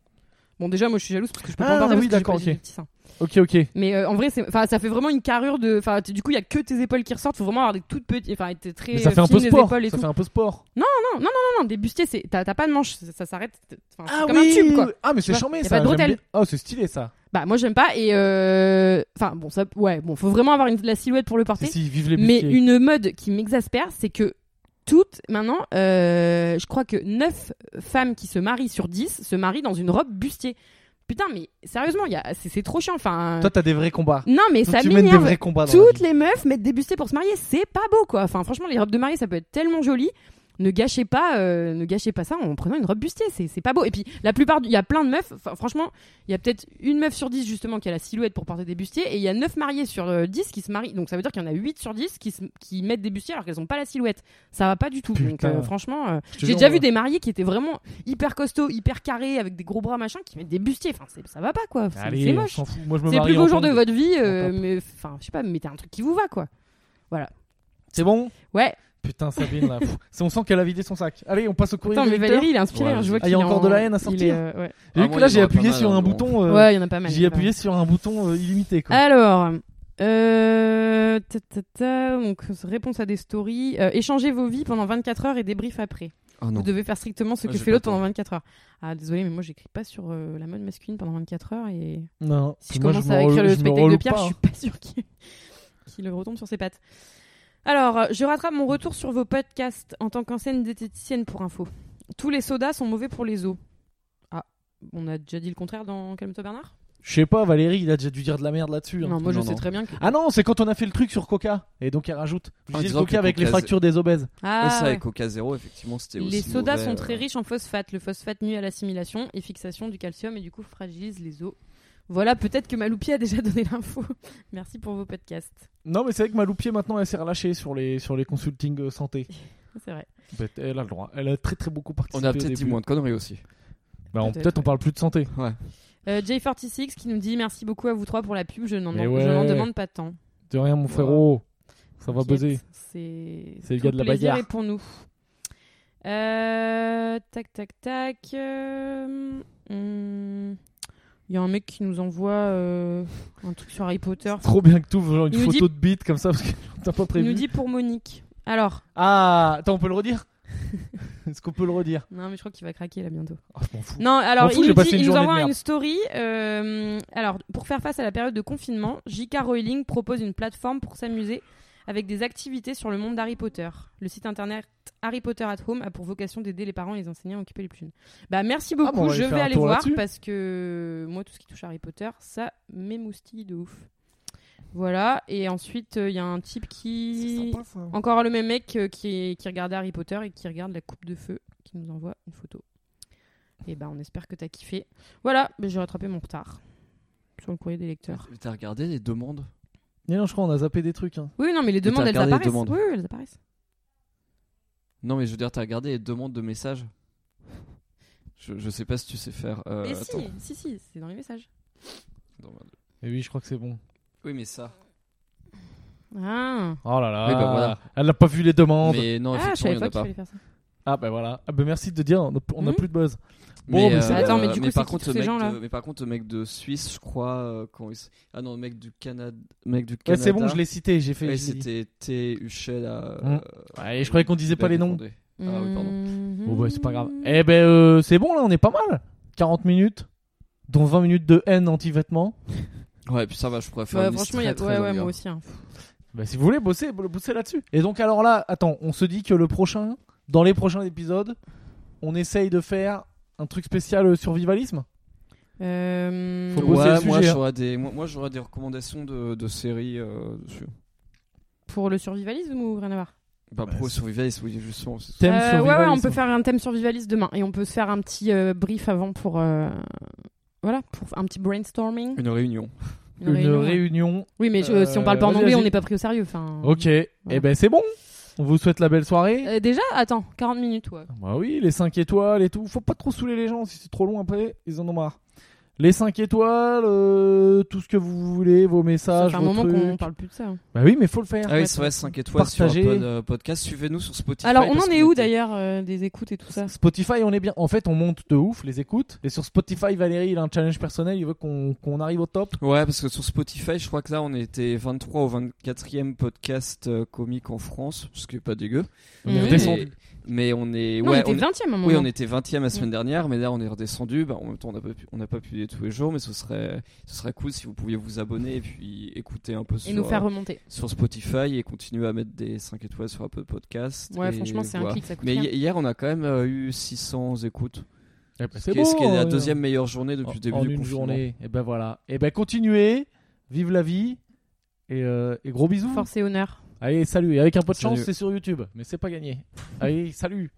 [SPEAKER 2] Bon, déjà, moi, je suis jalouse parce que je peux
[SPEAKER 1] Ah,
[SPEAKER 2] pas en porter
[SPEAKER 1] oui,
[SPEAKER 2] parce que j'ai pas-
[SPEAKER 1] d'accord,
[SPEAKER 2] j'ai
[SPEAKER 1] ok.
[SPEAKER 2] des petits seins.
[SPEAKER 1] Ok, ok.
[SPEAKER 2] Mais euh, en vrai, c'est, enfin, ça fait vraiment une carrure de. Enfin, t- du coup, il y a que tes épaules qui ressortent. Faut vraiment avoir des toutes petites. Enfin, être très
[SPEAKER 1] Mais ça fait un
[SPEAKER 2] fines,
[SPEAKER 1] peu
[SPEAKER 2] les
[SPEAKER 1] sport. Ça
[SPEAKER 2] épaules et tout.
[SPEAKER 1] fait un peu sport.
[SPEAKER 2] Non, non, non, non, des bustiers, c'est t'as t'as pas de manches, ça, ça s'arrête. Enfin, c'est comme
[SPEAKER 1] oui,
[SPEAKER 2] un tube, quoi.
[SPEAKER 1] oui. Ah, mais c'est
[SPEAKER 2] vois, y
[SPEAKER 1] charmé
[SPEAKER 2] a
[SPEAKER 1] ça.
[SPEAKER 2] pas de
[SPEAKER 1] j'aime
[SPEAKER 2] bretelles.
[SPEAKER 1] bien. Oh, c'est stylé ça.
[SPEAKER 2] Bah moi j'aime pas et euh... enfin bon ça ouais bon faut vraiment avoir une... de la silhouette pour le
[SPEAKER 1] Si,
[SPEAKER 2] porter.
[SPEAKER 1] si, vive les
[SPEAKER 2] Mais
[SPEAKER 1] bustiers.
[SPEAKER 2] une mode qui m'exaspère c'est que toutes maintenant euh, je crois que 9 femmes qui se marient sur 10 se marient dans une robe bustier. Putain mais sérieusement il y a... c'est c'est trop chiant enfin
[SPEAKER 1] Toi, t'as des vrais combats.
[SPEAKER 2] non mais
[SPEAKER 1] Toi,
[SPEAKER 2] ça
[SPEAKER 1] tu mènes des
[SPEAKER 2] m'énerve.
[SPEAKER 1] vrais combats dans la
[SPEAKER 2] Toutes
[SPEAKER 1] vie.
[SPEAKER 2] les meufs mettent des bustiers pour se marier, c'est pas beau quoi. Enfin franchement les robes de mariée ça peut être tellement joli. Ne gâchez pas, euh, ne gâchez pas ça en prenant une robe bustier, c'est c'est pas beau. Et puis la plupart, du- il y a plein de meufs. enfin, Franchement, il y a peut-être une meuf sur dix justement qui a la silhouette pour porter des bustiers, et il y a 9 mariées sur euh, 10 qui se marient. Donc ça veut dire qu'il y en a 8 sur 10 qui, se- qui mettent des bustiers alors qu'elles ont pas la silhouette. Ça va pas du tout. Donc
[SPEAKER 1] Putain.
[SPEAKER 2] euh, franchement, euh,
[SPEAKER 1] Je te
[SPEAKER 2] j'ai
[SPEAKER 1] jure,
[SPEAKER 2] déjà vu
[SPEAKER 1] moi.
[SPEAKER 2] des mariées qui étaient vraiment hyper costauds, hyper carrés avec des gros bras machin, qui mettent des bustiers. Enfin c'est- ça va pas quoi. C'est
[SPEAKER 1] Allez,
[SPEAKER 2] c'est
[SPEAKER 1] on
[SPEAKER 2] moche.
[SPEAKER 1] s'en fout. Moi, je me
[SPEAKER 2] C'est le
[SPEAKER 1] marie
[SPEAKER 2] plus
[SPEAKER 1] en
[SPEAKER 2] beau jour de
[SPEAKER 1] tongs.
[SPEAKER 2] votre vie, euh,
[SPEAKER 1] Attends.
[SPEAKER 2] mais enfin, je sais pas, mettez un truc qui vous va, quoi.
[SPEAKER 1] C'est bon
[SPEAKER 2] Ouais.
[SPEAKER 1] Putain, Sabine, là. pff, c'est- on sent qu'elle a vidé son sac. Allez, on passe au courrier.
[SPEAKER 2] Attends,
[SPEAKER 1] des
[SPEAKER 2] mais
[SPEAKER 1] lecteurs.
[SPEAKER 2] Valérie, il est inspiré,
[SPEAKER 3] Ouais,
[SPEAKER 2] hein, je vois
[SPEAKER 3] vas-y.
[SPEAKER 1] Ah, il y a
[SPEAKER 2] qu'il est
[SPEAKER 1] encore
[SPEAKER 2] en-
[SPEAKER 1] de la haine à
[SPEAKER 2] il
[SPEAKER 1] sortir
[SPEAKER 2] est, euh, ouais.
[SPEAKER 1] J'ai
[SPEAKER 3] Ah,
[SPEAKER 1] vu que
[SPEAKER 3] moi,
[SPEAKER 1] là,
[SPEAKER 3] il y
[SPEAKER 1] j'ai
[SPEAKER 3] en aura pas
[SPEAKER 1] appuyé
[SPEAKER 3] mal,
[SPEAKER 1] sur
[SPEAKER 3] hein,
[SPEAKER 1] un
[SPEAKER 3] bon.
[SPEAKER 1] bouton. euh,
[SPEAKER 2] Ouais, il y en a pas mal. il y
[SPEAKER 1] J'ai
[SPEAKER 2] en a pas
[SPEAKER 1] appuyé sur un bouton euh, illimité.
[SPEAKER 2] mal.
[SPEAKER 1] Quoi.
[SPEAKER 2] Alors, euh, ta, ta, ta, donc réponse à des stories. Euh, échangez vos vies pendant 24 heures et débrief après.
[SPEAKER 3] Ah non.
[SPEAKER 2] Vous devez faire strictement ce
[SPEAKER 3] Ah,
[SPEAKER 2] que
[SPEAKER 3] j'ai
[SPEAKER 2] fait
[SPEAKER 3] pas
[SPEAKER 2] l'autre
[SPEAKER 3] le temps.
[SPEAKER 2] pendant 24 heures. Ah, désolé, mais moi, j'écris pas sur euh, la mode masculine pendant 24 heures et
[SPEAKER 1] Non.
[SPEAKER 2] si je
[SPEAKER 1] Moi,
[SPEAKER 2] commence
[SPEAKER 1] me
[SPEAKER 2] à écrire
[SPEAKER 1] rele-
[SPEAKER 2] le
[SPEAKER 1] je me
[SPEAKER 2] spectacle de
[SPEAKER 1] relève
[SPEAKER 2] Pierre,
[SPEAKER 1] pas,
[SPEAKER 2] je
[SPEAKER 1] hein.
[SPEAKER 2] suis pas sûre qu'il qu'il retombe sur ses pattes. Alors, euh, je rattrape mon retour sur vos podcasts en tant qu'ancienne diététicienne pour info. Tous les sodas sont mauvais pour les os. Ah, on a déjà dit le contraire dans Calme-toi Bernard
[SPEAKER 1] Je sais pas, Valérie, il a déjà dû dire de la merde là-dessus. hein.
[SPEAKER 2] Non, moi je
[SPEAKER 3] non,
[SPEAKER 2] sais
[SPEAKER 3] non.
[SPEAKER 2] très bien que.
[SPEAKER 1] Ah non, c'est quand on a fait le truc sur Coca. Et donc, elle rajoute. Je
[SPEAKER 3] En
[SPEAKER 1] disais
[SPEAKER 3] disant que
[SPEAKER 1] Coca avec les
[SPEAKER 3] Coca, c'est-
[SPEAKER 1] fractures des obèses.
[SPEAKER 3] Ouais,
[SPEAKER 2] Ah,
[SPEAKER 3] ça,
[SPEAKER 2] ouais.
[SPEAKER 3] avec Coca Zero, effectivement, c'était aussi.
[SPEAKER 2] Les sodas
[SPEAKER 3] mauvais,
[SPEAKER 2] sont
[SPEAKER 3] euh.
[SPEAKER 2] très riches en phosphate. Le phosphate nuit à l'assimilation et fixation du calcium et du coup fragilise les os. Voilà, peut-être que Maloupi a déjà donné l'info. Merci pour vos podcasts.
[SPEAKER 1] Non, mais c'est vrai que Maloupier, maintenant, elle s'est relâchée sur les, sur les consultings euh, santé.
[SPEAKER 2] C'est vrai.
[SPEAKER 1] Peut-être, Elle a le droit. Elle a très très beaucoup
[SPEAKER 3] On
[SPEAKER 1] participé.
[SPEAKER 3] a
[SPEAKER 1] au
[SPEAKER 3] peut-être dit
[SPEAKER 1] début.
[SPEAKER 3] moins de conneries aussi.
[SPEAKER 1] Bah, on-
[SPEAKER 2] Peut-être,
[SPEAKER 1] peut-être on parle plus de santé.
[SPEAKER 3] Ouais.
[SPEAKER 2] Euh, J46 qui nous dit merci beaucoup à vous trois pour la pub, je n'en
[SPEAKER 1] Mais
[SPEAKER 2] je
[SPEAKER 1] ouais.
[SPEAKER 2] n'en demande pas tant.
[SPEAKER 1] De rien, mon frérot. Ça va buzzer.
[SPEAKER 2] T'inquiète, C'est
[SPEAKER 1] C'est le
[SPEAKER 2] tout
[SPEAKER 1] gars de la
[SPEAKER 2] plaisir
[SPEAKER 1] bagarre.
[SPEAKER 2] est pour nous. Euh, tac tac tac. euh, hum, Il y a un mec qui nous envoie euh, un truc sur Harry Potter.
[SPEAKER 1] Trop bien que tout, genre une
[SPEAKER 2] Il nous
[SPEAKER 1] photo de bite comme ça, parce que t'as pas
[SPEAKER 2] Il
[SPEAKER 1] prévu.
[SPEAKER 2] nous dit pour Monique. Alors,
[SPEAKER 1] Ah, attends, on peut le redire Est-ce qu'on peut le redire
[SPEAKER 2] non mais je crois qu'il va craquer là bientôt.
[SPEAKER 1] Ah, Je m'en fous.
[SPEAKER 2] Non, alors
[SPEAKER 1] M'en fous,
[SPEAKER 2] il
[SPEAKER 1] j'ai
[SPEAKER 2] nous,
[SPEAKER 1] passé
[SPEAKER 2] dit-
[SPEAKER 1] une
[SPEAKER 2] il nous
[SPEAKER 1] journée de
[SPEAKER 2] envoie
[SPEAKER 1] merde.
[SPEAKER 2] une story. euh, alors, pour faire face à la période de confinement, J.K. Rowling propose une plateforme pour s'amuser avec des activités sur le monde d'Harry Potter. Le site internet Harry Potter at Home a pour vocation d'aider les parents et les enseignants à occuper les plus jeunes. Bah merci
[SPEAKER 1] bah,
[SPEAKER 2] beaucoup,
[SPEAKER 1] on va aller
[SPEAKER 2] je vais
[SPEAKER 1] faire un
[SPEAKER 2] aller
[SPEAKER 1] tour
[SPEAKER 2] voir
[SPEAKER 1] là-dessus.
[SPEAKER 2] parce que euh, moi tout ce qui touche Harry Potter, ça m'émoustille de ouf. Voilà, et ensuite euh, il y a un type qui encore le même mec euh, qui, qui regardait Harry Potter et qui regarde la coupe de feu, qui nous envoie une photo. Et ben, on espère que t'as kiffé. Voilà, ben, j'ai rattrapé mon retard sur le courrier des lecteurs.
[SPEAKER 3] Mais T'as regardé les demandes
[SPEAKER 1] Mais non, je crois qu'on a zappé des trucs. hein.
[SPEAKER 2] Oui, non, mais les demandes,
[SPEAKER 3] t'as
[SPEAKER 2] elles
[SPEAKER 3] regardé les
[SPEAKER 2] apparaissent.
[SPEAKER 3] demandes.
[SPEAKER 2] Oui, oui, elles apparaissent.
[SPEAKER 3] Non, mais je veux dire, t'as regardé les demandes de messages je, je sais pas si tu sais faire. euh,
[SPEAKER 2] mais
[SPEAKER 3] attends.
[SPEAKER 2] si, si, si, c'est dans les messages.
[SPEAKER 3] Attends, merde.
[SPEAKER 1] Et oui, je crois que c'est bon.
[SPEAKER 3] Oui, mais ça.
[SPEAKER 2] Ah,
[SPEAKER 1] Oh là là.
[SPEAKER 3] Oui, bah, voilà.
[SPEAKER 1] Oh Elle n'a pas vu les demandes.
[SPEAKER 3] Mais non,
[SPEAKER 2] ah je
[SPEAKER 3] Oh, effectivement, il
[SPEAKER 2] Ah. savais
[SPEAKER 3] y en
[SPEAKER 2] pas
[SPEAKER 3] a
[SPEAKER 2] qu'il
[SPEAKER 3] pas.
[SPEAKER 2] fallait faire ça.
[SPEAKER 1] Ah bah voilà. Ah bah merci de dire, on a- on n'a
[SPEAKER 2] Mhm.
[SPEAKER 1] plus de buzz. Bon,
[SPEAKER 3] Mais,
[SPEAKER 1] mais c'est-
[SPEAKER 2] Attends, mais du coup,
[SPEAKER 3] par
[SPEAKER 2] c'est
[SPEAKER 3] contre,
[SPEAKER 2] qui
[SPEAKER 3] le
[SPEAKER 2] tous ces
[SPEAKER 3] mec
[SPEAKER 2] gens-là
[SPEAKER 3] de- mais par contre, le mec de Suisse, je crois. euh, comment il s- Ah non, le mec du Canada. Mec du
[SPEAKER 1] Ouais,
[SPEAKER 3] Canada.
[SPEAKER 1] c'est bon, je l'ai cité, j'ai fait.
[SPEAKER 3] Ouais,
[SPEAKER 1] je l'ai dit.
[SPEAKER 3] c'était T. Huchet, là.
[SPEAKER 1] Hum.
[SPEAKER 3] E euh,
[SPEAKER 1] Ouais, je croyais qu'on disait pas les noms.
[SPEAKER 3] Condé. Ah oui, pardon.
[SPEAKER 2] Mhm.
[SPEAKER 1] Bon bah c'est pas grave. Eh ben euh, c'est bon là, on est pas mal. 40 minutes, dont 20 minutes de haine anti-vêtements.
[SPEAKER 3] Ouais, puis ça va, je pourrais faire
[SPEAKER 2] Bah,
[SPEAKER 3] une liste
[SPEAKER 2] franchement, il y
[SPEAKER 3] très,
[SPEAKER 2] a...
[SPEAKER 3] très
[SPEAKER 2] ouais, ouais,
[SPEAKER 3] longue,
[SPEAKER 2] moi
[SPEAKER 3] hein.
[SPEAKER 2] aussi. hein.
[SPEAKER 1] Bah si vous voulez bosser, bosser là-dessus. Et donc alors là, attends, on se dit que le prochain, dans les prochains épisodes, on essaye de faire un truc spécial euh, survivalisme.
[SPEAKER 2] Euh,
[SPEAKER 1] Faut bosser
[SPEAKER 3] Ouais,
[SPEAKER 1] le
[SPEAKER 3] moi
[SPEAKER 1] sujet, hein.
[SPEAKER 3] j'aurais des, moi, moi, j'aurais des recommandations de, de séries euh, dessus.
[SPEAKER 2] Pour le survivalisme ou rien à voir
[SPEAKER 3] Bah,
[SPEAKER 1] Bah,
[SPEAKER 3] pro
[SPEAKER 1] c'est-
[SPEAKER 3] survivaliste, oui, justement. c'est-
[SPEAKER 1] Thème
[SPEAKER 2] Euh, Ouais, ouais,
[SPEAKER 1] survivalisme.
[SPEAKER 2] on peut faire un thème survivaliste demain et on peut se faire un petit euh, brief avant pour. euh, Voilà, pour un petit brainstorming.
[SPEAKER 3] Une réunion.
[SPEAKER 1] une réunion.
[SPEAKER 2] Oui, mais je- si on parle pas en
[SPEAKER 1] Euh, vas-y,
[SPEAKER 2] anglais, on
[SPEAKER 1] vas-y.
[SPEAKER 2] n'est pas pris au sérieux. Enfin.
[SPEAKER 1] Ok, et ben c'est bon. On vous souhaite la belle soirée.
[SPEAKER 2] Euh, déjà, attends, 40 minutes, ouais.
[SPEAKER 1] Bah oui, les 5 étoiles et tout. Faut pas trop saouler les gens, si c'est trop long après, ils en ont marre. Les 5 étoiles, euh, tout ce que vous voulez, vos
[SPEAKER 2] Ça
[SPEAKER 1] messages,
[SPEAKER 2] fait un
[SPEAKER 1] vos
[SPEAKER 2] moment
[SPEAKER 1] trucs.
[SPEAKER 2] qu'on parle plus de ça.
[SPEAKER 1] Bah oui, mais faut le faire.
[SPEAKER 3] Ah oui, c'est vrai, 5 étoiles
[SPEAKER 1] Partagez.
[SPEAKER 3] sur Apple, euh, Podcast. Suivez-nous sur Spotify.
[SPEAKER 2] Alors, on
[SPEAKER 3] parce
[SPEAKER 2] en est
[SPEAKER 3] qu'on
[SPEAKER 2] où
[SPEAKER 3] était-
[SPEAKER 2] d'ailleurs euh, des écoutes et tout ça
[SPEAKER 1] Spotify, on est bien. En fait, on monte de ouf les écoutes. Et sur Spotify, Valérie, il a un challenge personnel. Il veut qu'on qu'on arrive au top.
[SPEAKER 3] Ouais, parce que sur Spotify, je crois que là, on était 23 ou 24e podcast euh, comique en France, ce qui est pas dégueu.
[SPEAKER 1] On
[SPEAKER 2] Oui.
[SPEAKER 1] est
[SPEAKER 3] Mais-
[SPEAKER 1] redescendu.
[SPEAKER 3] Mais on est.
[SPEAKER 2] Non,
[SPEAKER 3] ouais,
[SPEAKER 2] on était
[SPEAKER 3] on est-
[SPEAKER 2] 20 e à un moment.
[SPEAKER 3] Oui, on était 20e la semaine
[SPEAKER 2] Mm.
[SPEAKER 3] dernière, mais là on est redescendu. Bah, en même temps, on n'a pas pu, on n'a pas publié tous les jours, mais ce serait, ce serait cool si vous pouviez vous abonner et puis écouter un peu
[SPEAKER 2] Et
[SPEAKER 3] sur,
[SPEAKER 2] nous faire remonter.
[SPEAKER 3] sur Spotify et continuer à mettre des 5 étoiles sur Apple Podcast.
[SPEAKER 2] Ouais,
[SPEAKER 3] et
[SPEAKER 2] franchement, c'est un
[SPEAKER 3] voilà.
[SPEAKER 2] clic, ça coûte
[SPEAKER 3] Mais
[SPEAKER 2] rien.
[SPEAKER 3] hi- hier, on a quand même euh, eu 600 écoutes,
[SPEAKER 1] Eh ben,
[SPEAKER 3] ce
[SPEAKER 1] C'est
[SPEAKER 3] qui est, ce qui est la
[SPEAKER 1] euh,
[SPEAKER 3] deuxième meilleure journée depuis
[SPEAKER 1] en-
[SPEAKER 3] le début
[SPEAKER 1] en
[SPEAKER 3] du
[SPEAKER 1] une
[SPEAKER 3] confinement.
[SPEAKER 1] journée. Et ben voilà. Et ben continuez. Vive la vie. Et, euh, et gros bisous.
[SPEAKER 2] Force et honneur.
[SPEAKER 1] Allez, salut. Et avec un peu de chance,
[SPEAKER 3] Salut.
[SPEAKER 1] c'est sur YouTube. Mais c'est pas gagné. Allez, salut.